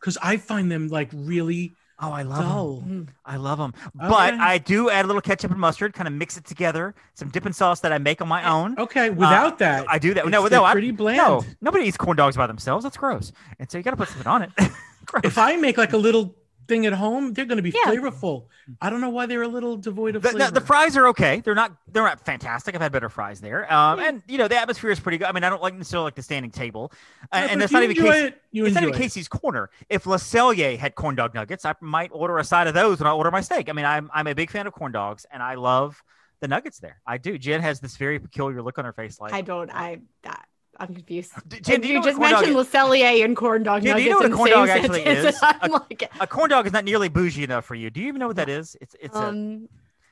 S1: Because I find them like really
S3: oh i love 'em.
S1: dull.
S2: Mm.
S3: I love them, but
S1: Okay.
S3: I do add a little ketchup and mustard, kind of mix it together, some dipping sauce that I make on my own.
S1: Okay, without that,
S3: Uh, I do that.
S1: it's-
S3: no,
S1: they're
S3: no, I,
S1: pretty bland.
S3: No, nobody eats corn dogs by themselves. That's gross. And so you got to put something on it. gross.
S1: if I make like a little thing at home, they're going to be
S2: Yeah.
S1: flavorful. I don't know why they're a little devoid of
S3: the,
S1: flavor.
S3: the, the fries are okay. They're not. They're not fantastic. I've had better fries there. Um, and you know the atmosphere is pretty good. I mean, I don't like necessarily like the standing table, Uh,
S1: Yeah,
S3: and,
S1: but
S3: and that's
S1: you
S3: not even
S1: enjoy
S3: Casey,
S1: it. You
S3: it's not
S1: enjoy
S3: even
S1: it.
S3: Casey's corner. If La Cellier had corn dog nuggets, I might order a side of those when I order my steak. I mean, I'm I'm a big fan of corn dogs, and I love the nuggets there. I do. Jen has this very peculiar look on her face, like
S2: I don't. I that. I'm confused.
S3: D- Jen,
S2: And
S3: do
S2: you,
S3: know what a
S2: just
S3: corn dog
S2: mentioned
S3: is?
S2: Lacellier and corn dog
S3: Yeah, do
S2: nuggets.
S3: you know what a
S2: in the
S3: corn
S2: same
S3: dog actually
S2: sentence,
S3: is?
S2: and
S3: A-
S2: I'm like,
S3: A corn dog is not nearly bougie enough for you. Do you even know what that is? It's it's a
S2: um,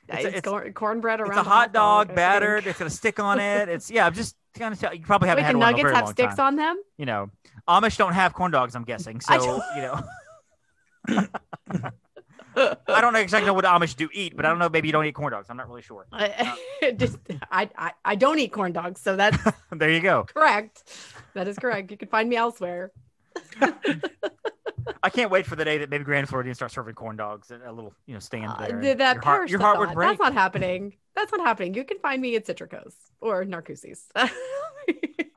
S3: it's
S2: it's,
S3: a- it's-
S2: corn- cornbread around.
S3: It's a
S2: a
S3: hot
S2: I
S3: dog
S2: think.
S3: battered. It's got a stick on it. It's yeah. I'm just kind of tell you probably haven't
S2: Wait,
S3: had
S2: the
S3: one in a
S2: nuggets
S3: very
S2: have
S3: long
S2: sticks
S3: time.
S2: on them?
S3: You know, Amish don't have corn dogs. I'm guessing.
S2: I
S3: So you know, I don't know exactly what Amish do eat, but I don't know. Maybe you don't eat corn dogs. I'm not really sure.
S2: I, just, I, I, I don't eat corn dogs, so that's
S3: There you go.
S2: correct. That is correct. You can find me elsewhere.
S3: I can't wait for the day that maybe Grand Floridian starts serving corn dogs at a little you know stand
S2: Uh,
S3: there.
S2: th- that
S3: your heart,
S2: perish
S3: your
S2: the
S3: heart would
S2: thought.
S3: break.
S2: That's not happening. That's not happening. You can find me at Citrico's or Narcoosies.
S3: I'd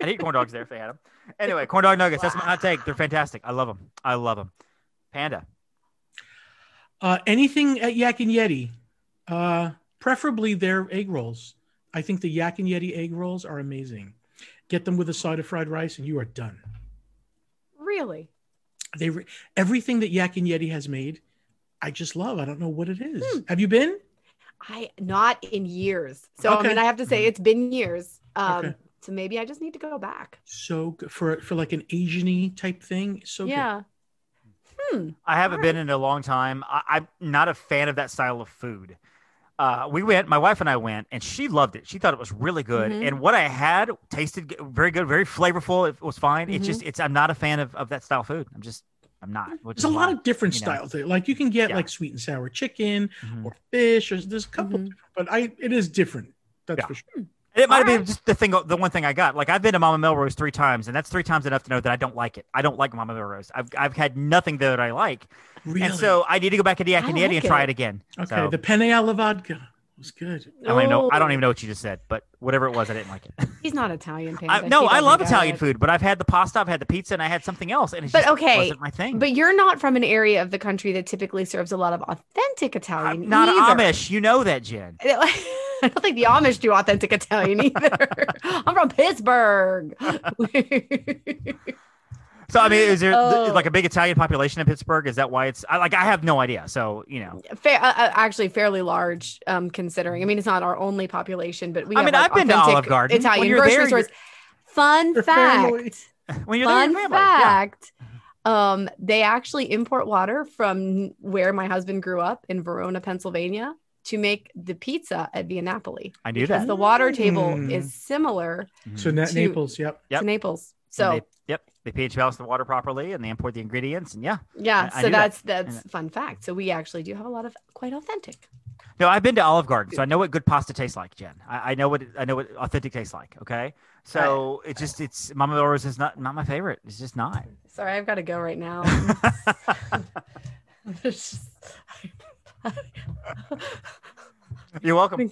S3: eat corn dogs there if they had them. Anyway, corn dog nuggets. That's my hot take. They're fantastic. I love them. I love them. Panda.
S1: Uh, anything at Yak and Yeti, uh, preferably their egg rolls. I think the Yak and Yeti egg rolls are amazing. Get them with a side of fried rice, and you are done.
S2: really?
S1: They re- everything that Yak and Yeti has made, I just love. I don't know what it is.
S2: Hmm.
S1: Have you been?
S2: I not in years. So
S1: Okay.
S2: I mean, I have to
S3: Mm-hmm.
S2: say it's been years. Um,
S1: Okay.
S2: So maybe I just need to go back.
S1: So good for for like an Asian-y type thing. So good.
S2: yeah. Hmm.
S3: I haven't been in a long time. I, I'm not a fan of that style of food. Uh, we went, my wife and I went, and she loved it. She thought it was really good.
S1: Mm-hmm.
S2: Mhm.
S3: And what I had tasted g- very good, very flavorful. It was fine. It's
S2: Mhm.
S3: just, it's, I'm not a fan of, of that style of food. I'm just, I'm not. which
S1: Mm-hmm. There's a
S3: is
S1: lot
S3: why.
S1: of different
S3: you know.
S1: styles. there. Like you can get
S3: Yeah.
S1: like sweet and sour chicken
S3: Mhm.
S1: or fish. Or there's a couple,
S2: Mhm.
S1: different, but I it is different. That's
S3: Mm-hmm. Yeah.
S1: for sure.
S3: It might have
S2: All
S3: been
S2: right.
S3: just the thing, the one thing I got. Like I've been to Mama Melrose three times, and that's three times enough to know that I don't like it. I don't like Mama Melrose. I've I've had nothing there that I like,
S1: Really?
S3: and so I need to go back to the
S2: don't
S3: Yakinieti
S2: like
S3: and try
S2: it.
S3: it, again.
S1: okay,
S3: So, Mm-hmm.
S1: the Oh. penne alla vodka was good.
S3: I don't even know. I don't
S2: No,
S3: even know what you just said, but whatever it was, I didn't like it.
S2: Oh, He's not Italian.
S3: I,
S2: Panda.
S3: no,
S2: He
S3: I
S2: doesn't
S3: love
S2: get
S3: Italian
S2: it.
S3: food, but I've had the pasta, I've had the pizza, and I had something else, and it's
S2: But
S3: just
S2: okay,
S3: wasn't my thing.
S2: But you're not from an area of the country that typically serves a lot of authentic Italian.
S3: I'm not
S2: either.
S3: Amish, you know that, Jen.
S2: I don't think the Amish do authentic Italian either. I'm from Pittsburgh.
S3: So I mean, is there th-
S2: Oh.
S3: like a big Italian population in Pittsburgh? Is that why it's I, like I have no idea. So you know,
S2: Fair, uh, uh, actually, fairly large, um, considering. I mean, it's not our only population, but we.
S3: I
S2: have,
S3: mean,
S2: like,
S3: I've been to
S2: authentic
S3: Olive Garden. When
S2: Italian
S3: you're
S2: grocery
S3: there,
S2: stores. Fun
S1: Your
S2: fact.
S1: family.
S3: when you're there,
S2: Fun
S3: your family, yeah. Mm-hmm.
S2: fact. Um, they actually import water from where my husband grew up in Verona, Pennsylvania, to make the pizza at Via Napoli.
S3: I knew
S2: Because
S3: that.
S2: the water table
S1: Mm.
S2: is similar
S1: So Na-
S2: Two.
S1: Naples, yep.
S3: Yep.
S2: to Naples.
S3: And
S2: So
S3: they, yep, they pH balance the water properly, and they import the ingredients, and yeah.
S2: Yeah,
S3: I- I
S2: so
S3: knew that.
S2: that's
S3: knew
S2: that's fun fact. So we actually do have a lot of quite authentic.
S3: No, I've been to Olive Garden, so I know what good pasta tastes like, Jen. I, I know what I know what authentic tastes like. Okay, so it just it's Mama Melrose is not not my favorite. It's just not.
S2: Sorry, I've got to go right now. It's just-
S3: You're welcome,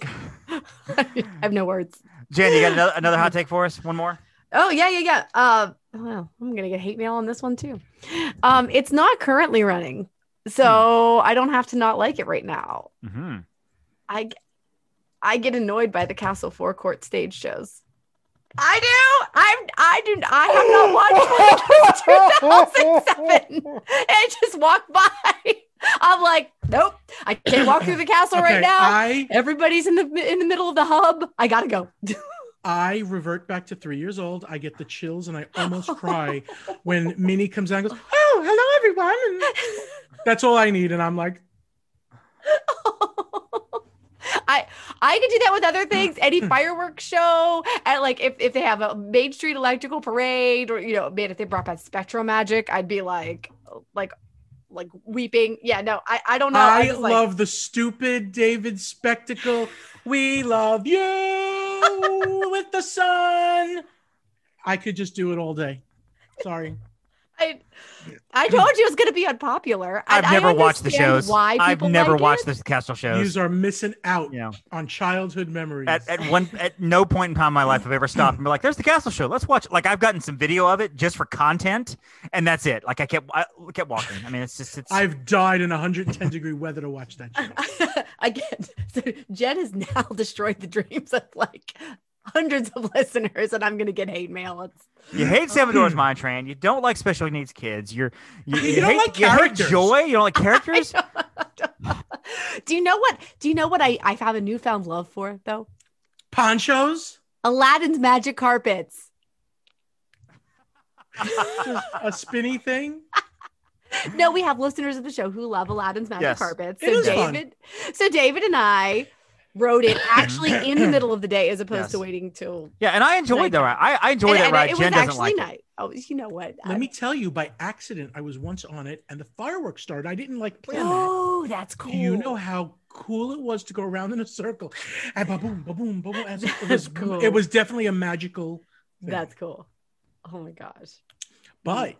S2: I have no words.
S3: Jen. You got another, another hot take for us? One more.
S2: Oh yeah, yeah, yeah. Uh, well, I'm gonna get hate mail on this one too. Um, it's not currently running, so
S3: Hmm.
S2: I don't have to not like it right now.
S3: Mm-hmm.
S2: I g- I get annoyed by the Castle Forecourt stage shows. I do. I'm. I do. I have not watched one since 2007. And I just walk by. I'm like, nope. I can't walk through the castle
S1: Okay,
S2: right now.
S1: I
S2: Everybody's in the in the middle of the hub. I gotta go.
S1: I revert back to three years old. I get the chills and I almost cry when Minnie comes out and goes, "Oh, hello everyone." And that's all I need, and I'm like,
S2: I I could do that with other things. Any fireworks show at like if, if they have a Main Street Electrical Parade or you know, man, if they brought back Spectro Magic, I'd be like like like weeping. Yeah, no, I, I don't know. I'm
S1: I
S2: just like-
S1: love the stupid David spectacle. We love you with the sun. I could just do it all day. Sorry.
S2: I, I told you it was going to be unpopular. I-
S3: I've
S2: I
S3: never watched the
S2: understand
S3: shows.
S2: Why
S3: I've
S2: people
S3: never
S2: like
S3: watched
S2: it.
S3: the castle shows.
S1: You are missing out
S3: Yeah.
S1: on childhood memories.
S3: At, at one at no point in time in my life I've ever stopped and be like, "There's the castle show. Let's watch." it." Like I've gotten some video of it just for content, and that's it. Like I kept I kept walking. I mean, it's just it's.
S1: I've died in 110 degree weather to watch that show.
S2: Again, so Jen has now destroyed the dreams of like hundreds of listeners, and I'm going to get hate mail. It's,
S3: You hate Seven Doors Mine Train. You don't like special needs kids. You're you,
S1: You
S3: you
S1: don't
S3: hate,
S1: like
S3: you hate
S1: characters.
S3: joy. You don't like characters.
S2: do you know what? Do you know what I I have a newfound love for though?
S1: Ponchos?
S2: Aladdin's magic carpets.
S1: Just a spinny thing?
S2: No, we have listeners of the show who love Aladdin's magic
S3: Yes.
S2: carpets.
S1: It
S2: So
S1: is fun.
S2: David, so David and I wrote it actually in the middle of the day as opposed
S3: Yes.
S2: to waiting till
S3: yeah, and I enjoyed that ride. I, I enjoyed
S2: and,
S3: that
S2: and
S3: ride.
S2: it was
S3: Jen doesn't
S2: actually
S3: like it.
S2: night. Oh, you know what? I-
S1: Let me tell you, by accident, I was once on it and the fireworks started. I didn't like plan that.
S2: Oh, that's cool.
S1: Do you know how cool it was to go around in a circle? And ba-boom, ba-boom, ba-boom. and It
S2: That's
S1: was,
S2: cool.
S1: it was definitely a magical thing.
S2: That's cool. Oh my gosh.
S1: But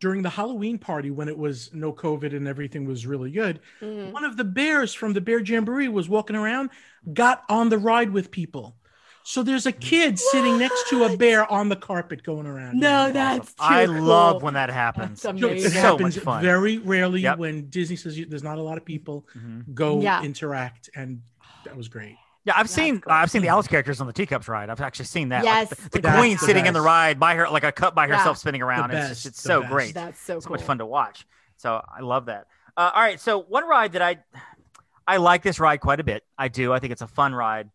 S1: during the Halloween party, when it was no COVID and everything was really good,
S2: Mm.
S1: one of the bears from the bear jamboree was walking around, got on the ride with people. So there's a kid sitting next to a
S2: What?
S1: bear on the carpet going around.
S2: No,
S1: Awesome.
S2: that's too
S3: I
S2: cool.
S3: love when that happens.
S2: That's
S1: So it
S2: amazing.
S3: It's so
S1: happens
S3: much fun.
S1: very rarely
S3: Yep.
S1: when Disney says you- there's not a lot of people.
S3: Mhm.
S1: Go
S2: Yeah.
S1: interact, and that was great.
S3: Yeah, I've
S2: That's
S3: seen
S2: cool.
S3: I've seen the Alice characters on the teacups ride. I've actually seen that. Like,
S2: Yes,
S3: the
S1: That's
S3: queen
S1: the
S3: sitting in the
S1: best.
S3: ride by her like a cup by
S2: Yeah.
S3: herself spinning around. it's
S1: best,
S3: just, it's
S1: the
S3: so
S1: best.
S3: great.
S2: That's so
S3: so
S2: cool.
S3: much fun to watch. So I love that. Uh, all right, so one ride that I I like this ride quite a bit. I do. I think it's a fun ride,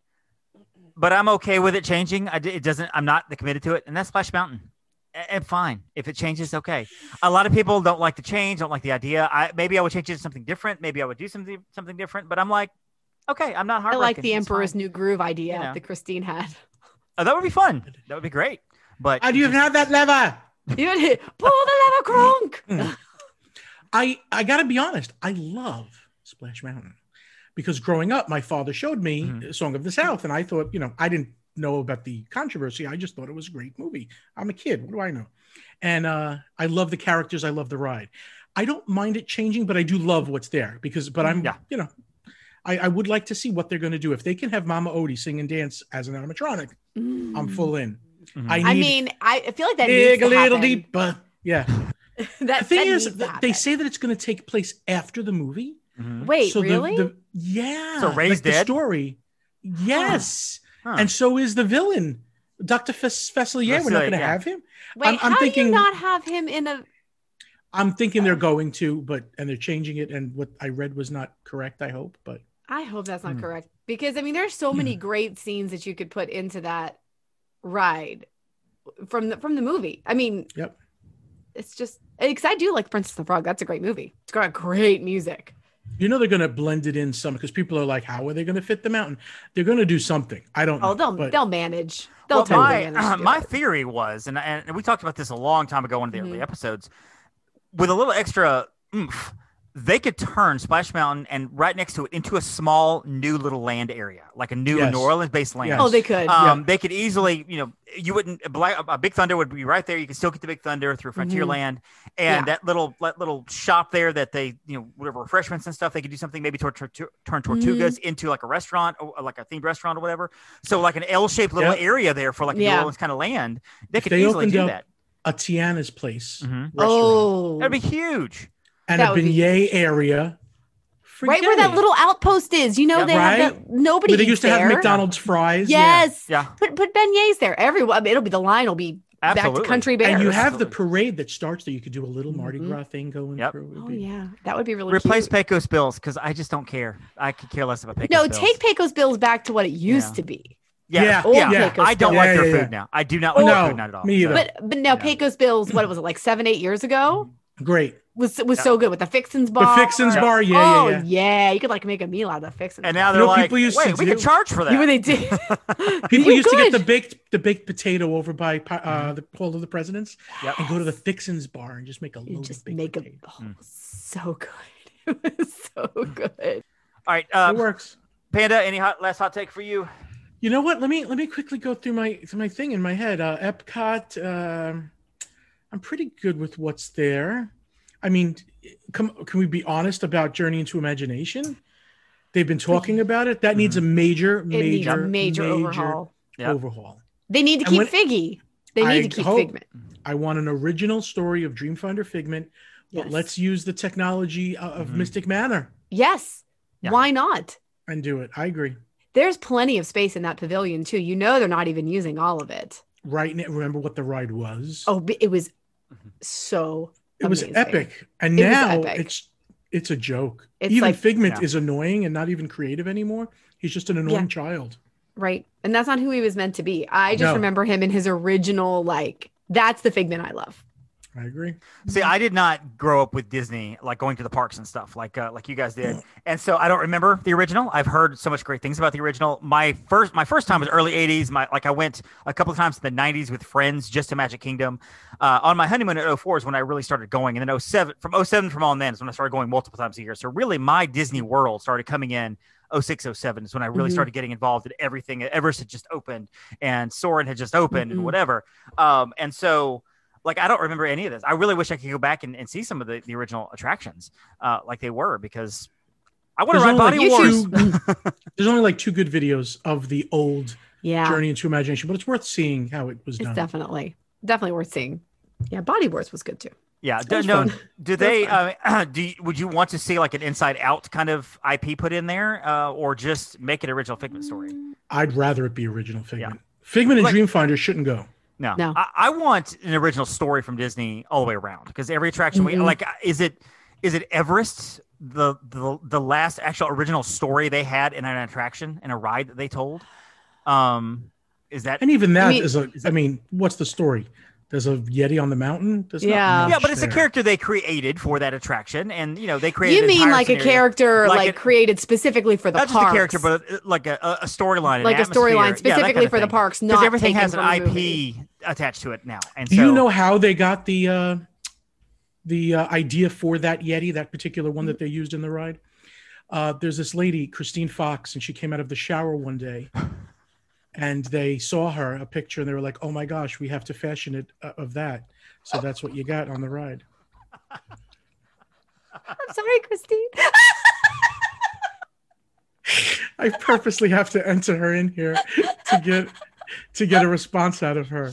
S3: but I'm okay with it changing. I d- it doesn't. I'm not committed to it, and that's Splash Mountain. A- And fine if it changes, okay. A lot of people don't like the change, don't like the idea. I maybe I would change it to something different. Maybe I would do something something different. But I'm like, okay, I'm not hard.
S2: I like the Emperor's New Groove idea
S3: You know.
S2: that Christine had.
S3: Oh, that would be fun. That would be great. But
S1: How Ah, do you even have that lever?
S2: Even he- pull the lever, Kronk.
S1: Hmm. I I gotta be honest. I love Splash Mountain because growing up, my father showed me
S3: Mhm.
S1: Song of the South, and I thought, you know, I didn't know about the controversy. I just thought it was a great movie. I'm a kid. What do I know? And uh, I love the characters. I love the ride. I don't mind it changing, but I do love what's there because. But I'm,
S3: Yeah.
S1: you know, I, I would like to see what they're going to do if they can have Mama Odie sing and dance as an animatronic.
S2: Mm-hmm.
S1: I'm full in.
S3: Mhm.
S1: I need
S2: Hmm. I mean, I I feel like that
S1: dig
S2: needs
S1: a
S2: to
S1: little
S2: happen.
S1: deeper. Yeah.
S2: that
S1: The thing
S2: that
S1: is,
S2: needs to
S1: th- they
S2: happen.
S1: say that it's going to take place after the movie.
S3: Mhm.
S2: Wait,
S1: so the-
S2: really?
S1: The, yeah.
S3: So Ray's
S1: like the
S3: dead?
S1: story. Yes.
S3: Huh.
S1: And so is the villain, Dr. Fes- Fesselier. We're not
S3: Fesselier,
S1: going to
S3: yeah.
S1: have him.
S2: Wait,
S1: I'm- I'm
S2: how do
S1: thinking-
S2: you not have him in a?
S1: I'm thinking they're going to, but and they're changing it. And what I read was not correct. I hope, but
S2: I hope that's not
S3: Hmm.
S2: correct because I mean, there's so many
S1: Hmm.
S2: great scenes that you could put into that ride from the from the movie. I mean,
S1: Yep.
S2: It's just because I do like Princess and the Frog. That's a great movie. It's got great music.
S1: you know they're going to blend it in some because people are like, how are they going to fit the mountain? They're going to do something. I don't.
S2: Oh,
S1: know,
S2: they'll
S1: Hmm. but
S2: they'll manage. They'll
S3: Well,
S2: totally
S3: my,
S2: manage. to do
S3: my
S2: it.
S3: theory was, and, and we talked about this a long time ago, in one of the early
S2: Mhm.
S3: episodes, with a little extra oomph, they could turn Splash Mountain and right next to it into a small new little land area, like a new
S1: Yes.
S3: New Orleans based land.
S1: Yes.
S2: oh, they could.
S1: uh,
S3: Um, They could easily, you know, you wouldn't. Black, a Big Thunder would be right there. You could still get to Big Thunder through
S1: Mm-hmm.
S3: Frontierland,
S2: Yeah.
S3: and that little that little shop there that they, you know, whatever refreshments and stuff. They could do something maybe tor- tor- tor- turn
S1: Mm-hmm.
S3: Tortugas into like a restaurant or or like a themed restaurant or whatever. So like an L-shaped little
S1: Yep.
S3: area there for like a New
S2: Yeah.
S3: Orleans kind of land. They
S1: If
S3: could
S1: they
S3: easily
S1: opened
S3: do
S1: up
S3: that.
S1: a Tiana's place
S3: Mhm.
S1: restaurant
S2: oh,
S3: That'd be huge.
S1: and a
S2: that would be-
S1: beignet area.
S2: right where
S1: Forget
S2: that
S1: it.
S2: little outpost is. You know,
S3: Yeah,
S2: they have
S1: right?
S2: that. Nobody
S1: Where they
S2: eats
S1: used to
S2: there.
S1: have McDonald's fries. yeah.
S2: Yes.
S3: Yeah,
S2: Put put beignets there. Everyone. I mean, it'll be the line will be back
S3: absolutely.
S2: to country bears.
S1: And you have the
S3: Absolutely.
S1: parade that starts there. You could do a little Mardi
S2: Mhm.
S1: Gras thing going
S3: Yep.
S1: through. It'd
S2: Oh
S1: be-
S2: yeah, that would be really
S3: Replace
S2: cute.
S3: Pecos Bills because I just don't care. I could care less about Pecos.
S2: no,
S3: Bills.
S2: take Pecos Bills back to what it used
S3: Yeah.
S2: to be.
S3: yeah,
S1: Yeah.
S3: yeah.
S1: Old
S2: Pecos
S3: I don't
S1: Bills.
S3: like
S1: Yeah,
S3: their
S1: yeah,
S3: food
S1: yeah.
S3: now. I do not like their
S1: No.
S3: food not at all.
S1: me
S3: So-
S1: either.
S2: But but now
S3: Yeah.
S2: Pecos Bills, what it was it like seven eight years ago
S1: Great.
S2: was was
S3: Yeah.
S2: so good with the Fixins
S1: Mm-hmm. The
S2: bar.
S1: Fixins Bar. Yeah,
S2: oh
S1: yeah, yeah.
S2: you could like make a meal out of the Fixins.
S3: And now
S1: You
S3: they're
S1: know,
S3: like,
S1: people used to
S3: wait, we can
S1: do-
S3: charge for that.
S2: you really did.
S1: People
S2: You
S1: used to get
S2: could.
S1: the baked the baked potato over by Pa-
S2: Mm-hmm.
S1: uh, the Hall of the Presidents
S3: Yep.
S1: and go to the Fixins Bar and just make a
S2: You
S1: load
S2: just
S1: of baked
S2: make a
S1: potato. Hmm.
S2: oh, so good. It was so good.
S3: All right, uh,
S1: it works.
S3: Panda, any hot, last hot take for you?
S1: Um, You know what? Let me let me quickly go through my through my thing in my head. Uh, Epcot. Um, I'm pretty good with what's there. I mean, come, can we be honest about Journey into Imagination? They've been talking about it. That needs a major,
S2: Mm-hmm. It needs
S1: major,
S2: a major, overhaul.
S3: Yeah.
S1: overhaul.
S2: They need to
S1: And
S2: keep
S1: when-
S2: Figgy. They need
S1: I
S2: to keep
S1: hope-
S2: Figment.
S1: I want an original story of Dreamfinder Figment, but
S2: Yes.
S1: let's use the technology o- of
S3: Mhm.
S1: Mystic Manor
S2: Yes.
S3: Yeah.
S2: Why not?
S1: and do it. I agree.
S2: There's plenty of space in that pavilion too. You know they're not even using all of it.
S1: Right now, remember what the ride was?
S2: Oh, but it was so
S1: it was
S2: amazing.
S1: epic, and
S2: It was
S1: now
S2: epic.
S1: it's it's a joke.
S2: It's
S1: even
S2: like-
S1: Figment
S3: Yeah.
S1: is annoying and not even creative anymore. He's just an annoying child.
S2: right. And that's not who he was meant to be. I just
S1: No.
S2: remember him in his original like that's the figment I love.
S1: I agree.
S3: See, I did not grow up with Disney, like going to the parks and stuff, like uh, like you guys did, and so I don't remember the original. I've heard so much great things about the original. My first, my first time was early '80s. My like I went a couple of times in the '90s with friends just to Magic Kingdom. Uh, on my honeymoon at 04 is when I really started going, and then 07 from 07 from on then is when I started going multiple times a year. So really, my Disney world started coming in 06 07 is when I really
S2: Mhm.
S3: started getting involved in everything. Everest had just opened, and Soren had just opened, and
S2: Mhm.
S3: whatever. Um, and so like I don't remember any of this. I really wish I could go back and, and see some of the, the original attractions, uh, like they were, because I want to ride Body
S1: like
S3: Wars.
S1: two- there's only like two good videos of the old
S2: Yeah.
S1: Journey into Imagination, but it's worth seeing how it was
S2: It's
S1: done.
S2: definitely definitely worth seeing. Yeah, Body Wars was good too.
S3: Yeah,
S1: That
S3: do,
S1: was
S3: no,
S1: fun.
S3: do
S1: That was
S3: they? Uh, do you, would you want to see like an Inside Out kind of IP put in there, uh, or just make it original Figment story?
S1: I'd rather it be original Figment. Figment and
S3: Like-
S1: Dreamfinder shouldn't go.
S3: No,
S2: No.
S3: I, I want an original story from Disney all the way around because every attraction we
S1: Mm-hmm.
S2: Mhm.
S3: like uh, is it is it Everest the the the last actual original story they had in an attraction in a ride that they told. Um, is that
S1: And even that
S2: mean-
S1: is a. I mean, what's the story? There's a Yeti on the mountain. There's not
S2: Yeah.
S1: much
S3: yeah, but it's a
S1: there.
S3: character they created for that attraction, and you know they created.
S2: You
S3: an
S2: mean
S3: entire
S2: like a
S3: scenario.
S2: character
S3: Like
S2: like,
S3: an-
S2: created specifically for the
S3: not just a
S2: parks.
S3: character, but uh, like a, a a storyline, an
S2: like a storyline
S3: atmosphere. Yeah, that
S2: specifically
S3: kind of
S2: for the
S3: thing.
S2: parks,
S3: because
S2: not
S3: everything
S2: taken
S3: has
S2: from the
S3: an
S2: movie.
S3: IP attached to it now. And
S1: Do
S3: so,
S1: you know how they got the uh, the uh, idea for that Yeti, that particular one that they used in the ride? Uh, there's this lady, Christine Fox, and she came out of the shower one day, and they saw her a picture and they were like, "Oh my gosh, we have to fashion it uh, of that." So that's what you got on the ride.
S2: I'm sorry, Christine.
S1: I purposely have to enter her in here to get to get a response out of her.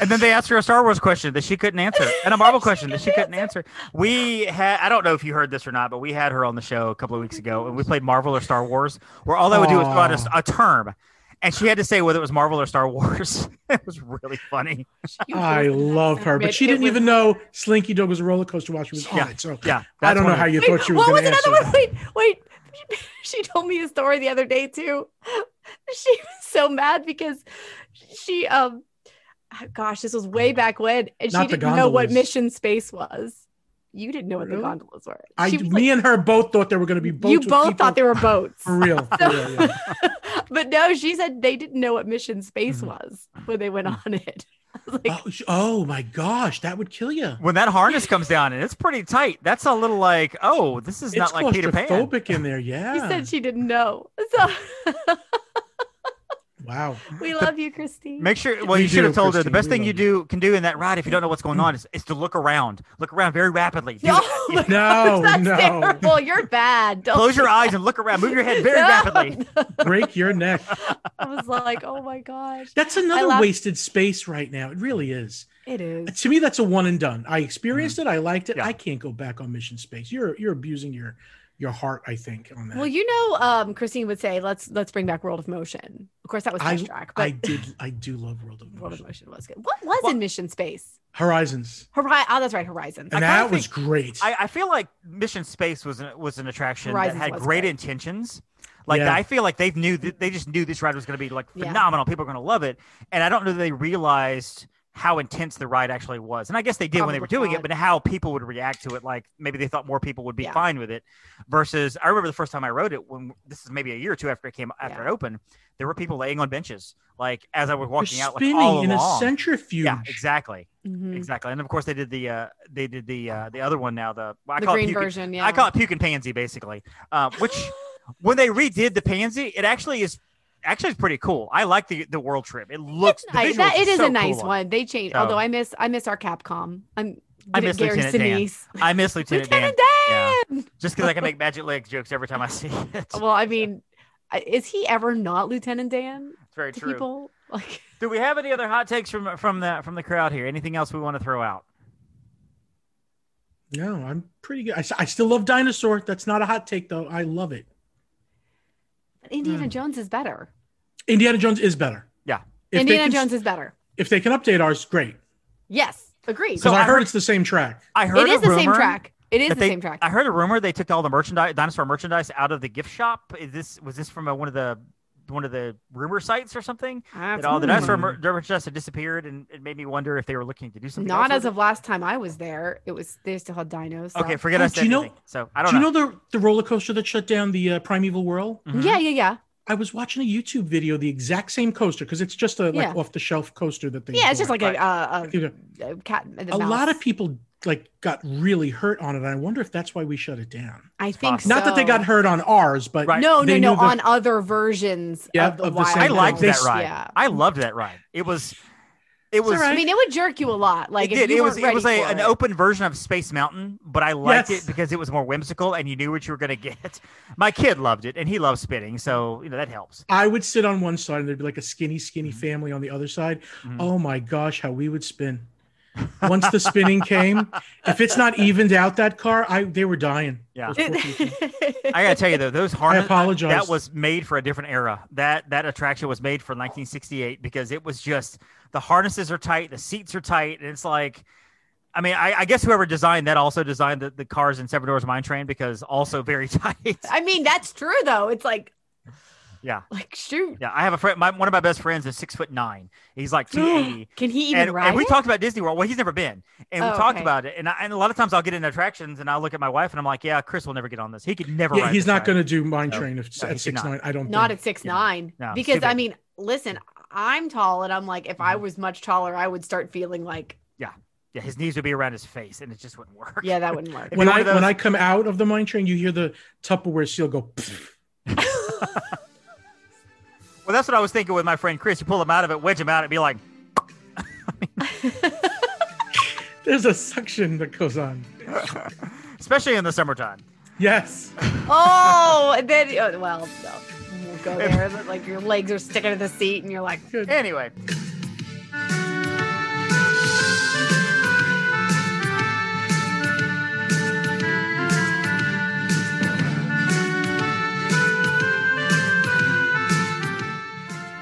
S3: And then they asked her a Star Wars question that she couldn't answer, and a Marvel question that she couldn't answer. We had—I don't know if you heard this or not—but we had her on the show a couple of weeks ago, and we played Marvel or Star Wars, where all I would do was throw out a, a term, and she had to say whether it was Marvel or Star Wars. it was really funny.
S2: You
S1: I
S2: wrote that
S1: love her,
S2: segment.
S1: but she didn't
S2: It was-
S1: even know Slinky Dog was a roller coaster while she was on
S3: Yeah,
S1: it. So
S3: Yeah,
S1: I don't know how
S3: you.
S1: you
S2: Wait,
S1: thought she was
S2: what was
S1: going to
S2: another
S1: answer.
S2: one?
S1: that.
S2: Wait, wait. She told me a story the other day too. She was so mad because she um gosh, this was way back when and
S1: Not
S2: she
S1: the
S2: didn't know what
S1: gondolas.
S2: mission space was. You didn't know what
S1: Really?
S2: the gondolas were.
S1: I,
S2: She was
S1: me and her both thought there were going to be
S2: like,
S1: boats.
S2: you
S1: with
S2: both
S1: people-
S2: thought they were boats.
S1: for real. For real yeah.
S2: but no, she said they didn't know what mission space
S3: Mhm.
S2: was when they went on it. I was like,
S1: oh, sh- oh my gosh, that would kill you.
S3: When that harness comes down and it's pretty tight, that's a little like, oh, this is
S1: It's
S3: not like Peter Pan.
S1: claustrophobic in there.
S2: she
S1: Yeah.
S2: said she didn't know. So
S1: wow.
S2: we love you, Christine.
S3: Make sure. Well,
S1: We
S3: you should have
S1: do,
S3: told her the
S1: Christine,
S3: best
S1: we
S3: thing
S1: love
S3: you do can do in that ride if you don't know what's going on is, is to look around, look around very rapidly. Do
S2: No,
S3: that.
S2: my
S1: No,
S2: That's
S1: no.
S2: terrible. You're bad. Don't
S3: Close your
S2: do
S3: eyes and look around. Move your head very
S2: No.
S3: rapidly.
S1: Break your neck.
S2: I was like, oh my gosh.
S1: That's another
S2: laugh-
S1: wasted space right now. It really is.
S2: It is.
S1: To me, that's a one and done. I experienced it. I liked it.
S3: Mm-hmm. Yeah.
S1: I can't go back on mission space. You're you're abusing your your heart. I think on that.
S2: Well, you know, um, Christine would say, let's let's bring back World of Motion. Of course, that was
S1: I-
S2: Test Track, but
S1: I did. I do love World of
S2: World of
S1: Motion.
S2: Motion was good. What was
S3: Well-
S2: in Mission Space?
S1: Horizons,
S2: Horizon. Oh, that's right, Horizon.
S1: and
S3: kinda
S1: that was
S3: think-
S1: great.
S3: I, I feel like Mission Space was an, was an attraction
S2: Horizons
S3: that had
S2: was
S3: great
S2: great.
S3: intentions. Like
S1: Yeah.
S3: I feel like they knew that they just knew this ride was going to be like
S2: Yeah.
S3: phenomenal. People are going to love it, and I don't know that they realized how intense the ride actually was. And I guess they did when they were
S2: Probably
S3: doing it,
S2: not.
S3: but how people would react to it. Like maybe they thought more people would be
S2: Yeah.
S3: fine with it. Versus, I remember the first time I rode it when this is maybe a year or two after it came after
S2: Yeah.
S3: it opened. There were people laying on benches, like as I was walking
S1: You're
S3: out, like
S1: spinning
S3: all
S1: in a
S3: along.
S1: centrifuge.
S3: yeah, exactly,
S2: Mhm.
S3: exactly. And of course, they did the uh, they did the uh, the other one now. The well, I
S2: The
S3: call
S2: green
S3: it puke,
S2: version. Yeah.
S3: I call it puke and pansy basically. Uh, which when they redid the pansy, it actually is actually is pretty cool. I like the the world trip. It looks the
S2: Nice.
S3: visuals
S2: That,
S3: are
S2: it is
S3: so
S2: a nice
S3: cool on it.
S2: one. They changed.
S3: So-
S2: Although I miss I miss our Capcom. I'm
S3: I
S2: give it
S3: miss
S2: Gary
S3: Lieutenant Dan.
S2: Sinise.
S3: I miss Lieutenant Dan
S2: Lieutenant
S3: Yeah.
S2: Dan!
S3: just because I can make magic leg jokes every time I see it.
S2: Well, I mean, I- is he ever not Lieutenant Dan
S3: it's very
S2: to
S3: true.
S2: people? Like,
S3: Do we have any other hot takes from from the from the crowd here? Anything else we want to throw out?
S1: No, I'm pretty good. I, s- I still love Dinosaur. That's not a hot take though. I love it.
S3: Hmm.
S2: Indiana Jones is better.
S1: Indiana Jones is better.
S3: Yeah.
S1: If they
S2: Indiana
S1: can,
S2: Jones is better.
S1: If they can update ours, great.
S2: Yes, agreed.
S1: Because
S3: So
S1: I,
S3: I
S1: heard
S3: heard-
S1: it's the same track.
S3: I heard
S2: it is
S3: a
S2: the same
S3: rumor
S2: track. It is
S3: that
S2: the
S3: they-
S2: same track.
S3: I heard a rumor they took all the merchandise, dinosaur merchandise, out of the gift shop. Is this was this from a, one of the one of the rumor sites or something? that all the dinosaur mer- merchandise had disappeared, and it made me wonder if they were looking to do something.
S2: Not
S3: else
S2: as
S3: with
S2: of last time I was there. It was they still had dinos.
S3: it.
S2: so-
S3: Okay, forget
S1: Oh,
S3: I
S1: do
S3: said
S1: you know-
S3: anything. So I don't
S1: Do you know the the roller coaster that shut down the uh, Primeval Whirl?
S3: Mhm.
S2: Yeah, yeah, yeah.
S1: I was watching a YouTube video, the exact same coaster, because it's just a like
S2: Yeah.
S1: off the shelf coaster that they.
S2: Yeah, it's just
S1: bought.
S2: like a, uh,
S1: You know,
S2: a, a cat. And the
S1: a lot
S2: mouse.
S1: of people like got really hurt on it. I wonder if that's why we shut it down.
S2: I think
S3: possible.
S1: Not that they
S2: so.
S1: got hurt on ours, but
S3: Right.
S2: No,
S1: They
S2: no, no.
S1: knew the-
S2: on other versions
S1: Yeah,
S2: of the,
S1: of the
S2: wild.
S1: same
S3: I liked
S1: They-
S3: that ride.
S2: Yeah.
S3: I loved that ride. It was, it
S1: It's
S3: was,
S1: alright.
S2: I mean, it would jerk you a lot. Like,
S3: it
S2: if
S3: did.
S2: you
S3: It was,
S2: weren't
S3: it was
S2: ready
S3: a,
S2: for
S3: an
S2: it.
S3: open version of Space Mountain, but I liked
S1: Yes.
S3: it because it was more whimsical, and you knew what you were going to get. My kid loved it, and he loves spinning, so you know that helps.
S1: I would sit on one side and there'd be like a skinny, skinny
S3: Mm-hmm.
S1: family on the other side.
S3: Mhm.
S1: Oh my gosh, how we would spin. Once the spinning came, if it's not evened out that car, I they were dying.
S3: Yeah.
S1: Those poor people.
S3: I gotta tell you though, those
S1: I
S3: harness
S1: apologize.
S3: that was made for a different era. That that attraction was made for 1968 because it was just the harnesses are tight, the seats are tight, and it's like, I mean, I, I guess whoever designed that also designed the, the cars in Seven Doors Mine Train because also very tight.
S2: I mean, that's true though. It's like,
S3: Yeah.
S2: like shoot,
S3: yeah, I have a friend. My, one of my best friends is six foot nine. He's like 280.
S2: can he even
S3: and,
S2: ride?
S3: and we
S2: it?
S3: talked about Disney World. Well, he's never been, and we
S2: Oh,
S3: talked
S2: okay.
S3: about it. And I, and a lot of times I'll get in attractions and I'll look at my wife and I'm like, yeah, Chris will never get on this. He could never.
S1: yeah,
S3: ride
S1: he's
S3: this
S1: not
S3: ride."
S1: going to do Mine
S3: No.
S1: Train if,
S3: No, he
S1: at
S3: did
S1: six
S3: not.
S1: nine. I don't
S2: not
S1: think.
S2: at six
S3: Yeah.
S2: nine
S3: No, it's
S2: because
S3: too
S2: I
S3: big.
S2: mean, listen, I'm tall, and I'm like, if
S3: Mm-hmm.
S2: I was much taller, I would start feeling like,
S3: Yeah, his knees would be around his face, and it just wouldn't work.
S2: yeah, that wouldn't work.
S3: If
S1: when
S3: you're one
S1: I
S3: of those-
S1: when I come out of the Mine Train, you hear the Tupperware seal go.
S3: Well, that's what I was thinking with my friend Chris. You pull him out of it, wedge him out, and be like,
S1: There's a suction that goes on.
S3: especially in the summertime.
S1: Yes.
S2: Oh, and then oh, well, no, we'll go there. But, like your legs are sticking to the seat, and you're like,
S1: Good.
S3: Anyway,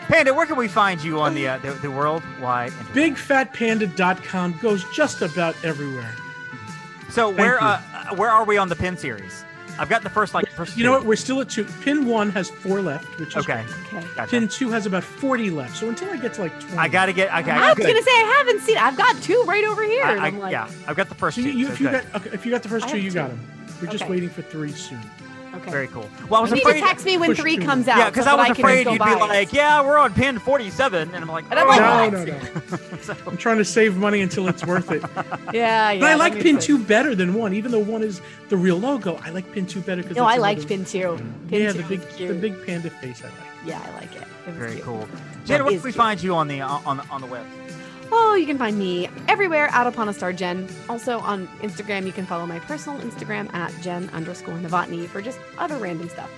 S3: Panda, where can we find you on the uh, the, the worldwide? Internet?
S1: BigFatPanda.com goes just about everywhere.
S3: So where
S1: you.
S3: uh, where are we on the pin series? I've got the first like first.
S1: You know what?
S3: two.
S1: We're still at two. Pin one has four left, which is
S3: Okay,
S2: okay.
S3: gotcha.
S1: Pin two has about 40 left. So until I get to like 20.
S3: I gotta get. Okay,
S2: I
S3: I,
S2: was gonna say I haven't seen. I've got two right over here. and
S3: I,
S2: I'm like,
S3: yeah, I've got the first
S1: So you,
S3: two.
S1: you,
S3: so
S1: if, you
S3: good.
S1: got, okay, if you got the first
S2: I
S1: two,
S2: have
S1: you
S2: two.
S1: got them. We're just
S2: Okay.
S1: waiting for three soon.
S2: okay.
S3: very cool. Well, I was
S2: you need
S3: afraid.
S2: to text me when
S1: Push
S2: three
S1: two.
S2: comes out.
S3: yeah, because
S2: so
S3: I
S2: that
S3: was
S2: can just
S3: afraid
S2: go
S3: you'd
S2: buy
S3: be
S2: it.
S3: like, "Yeah, we're on pin 47," and I'm like,
S2: And I'm
S3: "Oh,
S2: like,
S1: No,
S2: what?
S1: no, no. I'm trying to save money until it's worth it. But
S2: yeah, yeah.
S1: I
S2: that
S1: like
S2: makes
S1: pin
S2: sense.
S1: two better than one, even though one is the real logo. I like pin two better because
S2: No, I liked pin two. Pin
S1: Yeah,
S2: two
S1: the
S2: was
S1: big,
S2: cute.
S1: the big panda face. I like.
S2: Yeah, I like it. It was
S3: very
S2: cute.
S3: cool." Jen, where
S2: is
S3: can we
S2: cute.
S3: find you on the uh, on the, on the web?
S2: Oh, you can find me everywhere out upon a star Jen. Also on Instagram, you can follow my personal Instagram at Jen underscore Novotny for just other random stuff.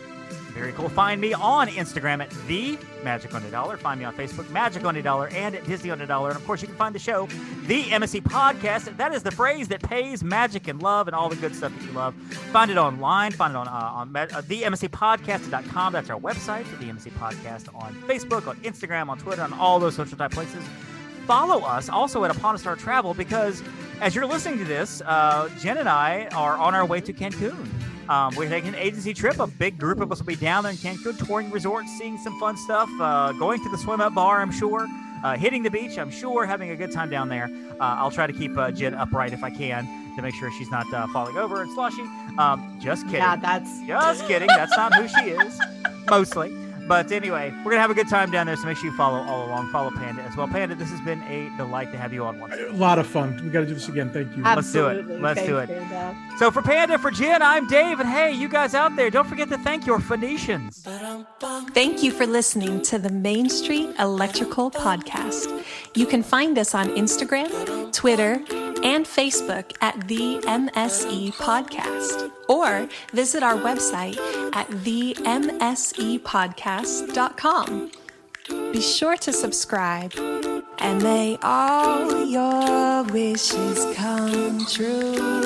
S3: Very cool. Find me on Instagram at the Magic on a Dollar. Find me on Facebook, Magic on a Dollar, and at Disney on a Dollar. And of course, you can find the show, the MSC Podcast. That is the phrase that pays magic and love and all the good stuff that you love. Find it online. Find it on uh, on ma- uh, themscpodcast.com. That's our website. The MSC Podcast on Facebook, on Instagram, on Twitter, on all those social type places. Follow us also at Upon a Star Travel because as you're listening to this, uh, Jen and I are on our way to Cancun. Um, we're taking an agency trip. A big group of us will be down there in Cancun, touring resorts, seeing some fun stuff, uh, going to the swim up bar, I'm sure, uh, hitting the beach, I'm sure, having a good time down there. Uh, I'll try to keep uh, Jen upright if I can to make sure she's not uh, falling over and sloshy. Um, just kidding.
S2: Yeah, that's
S3: Just kidding. That's not who she is, mostly. But anyway, we're going to have a good time down there, so make sure you follow all along. Follow Panda as well. Panda, this has been a delight to have you on once again.
S1: A lot of fun. We got to do this again. Thank you.
S3: Let's do it.
S2: absolutely.
S3: Let's do
S2: Thanks,
S3: it.
S2: Amanda.
S3: So for Panda, for Jen, I'm Dave, and hey, you guys out there, don't forget to thank your Phoenicians.
S5: Thank you for listening to the Main Street Electrical Podcast. You can find us on Instagram, Twitter, and Facebook at the MSE Podcast, or visit our website at E themsepodcast.com. Be sure to subscribe, and may all your wishes come true.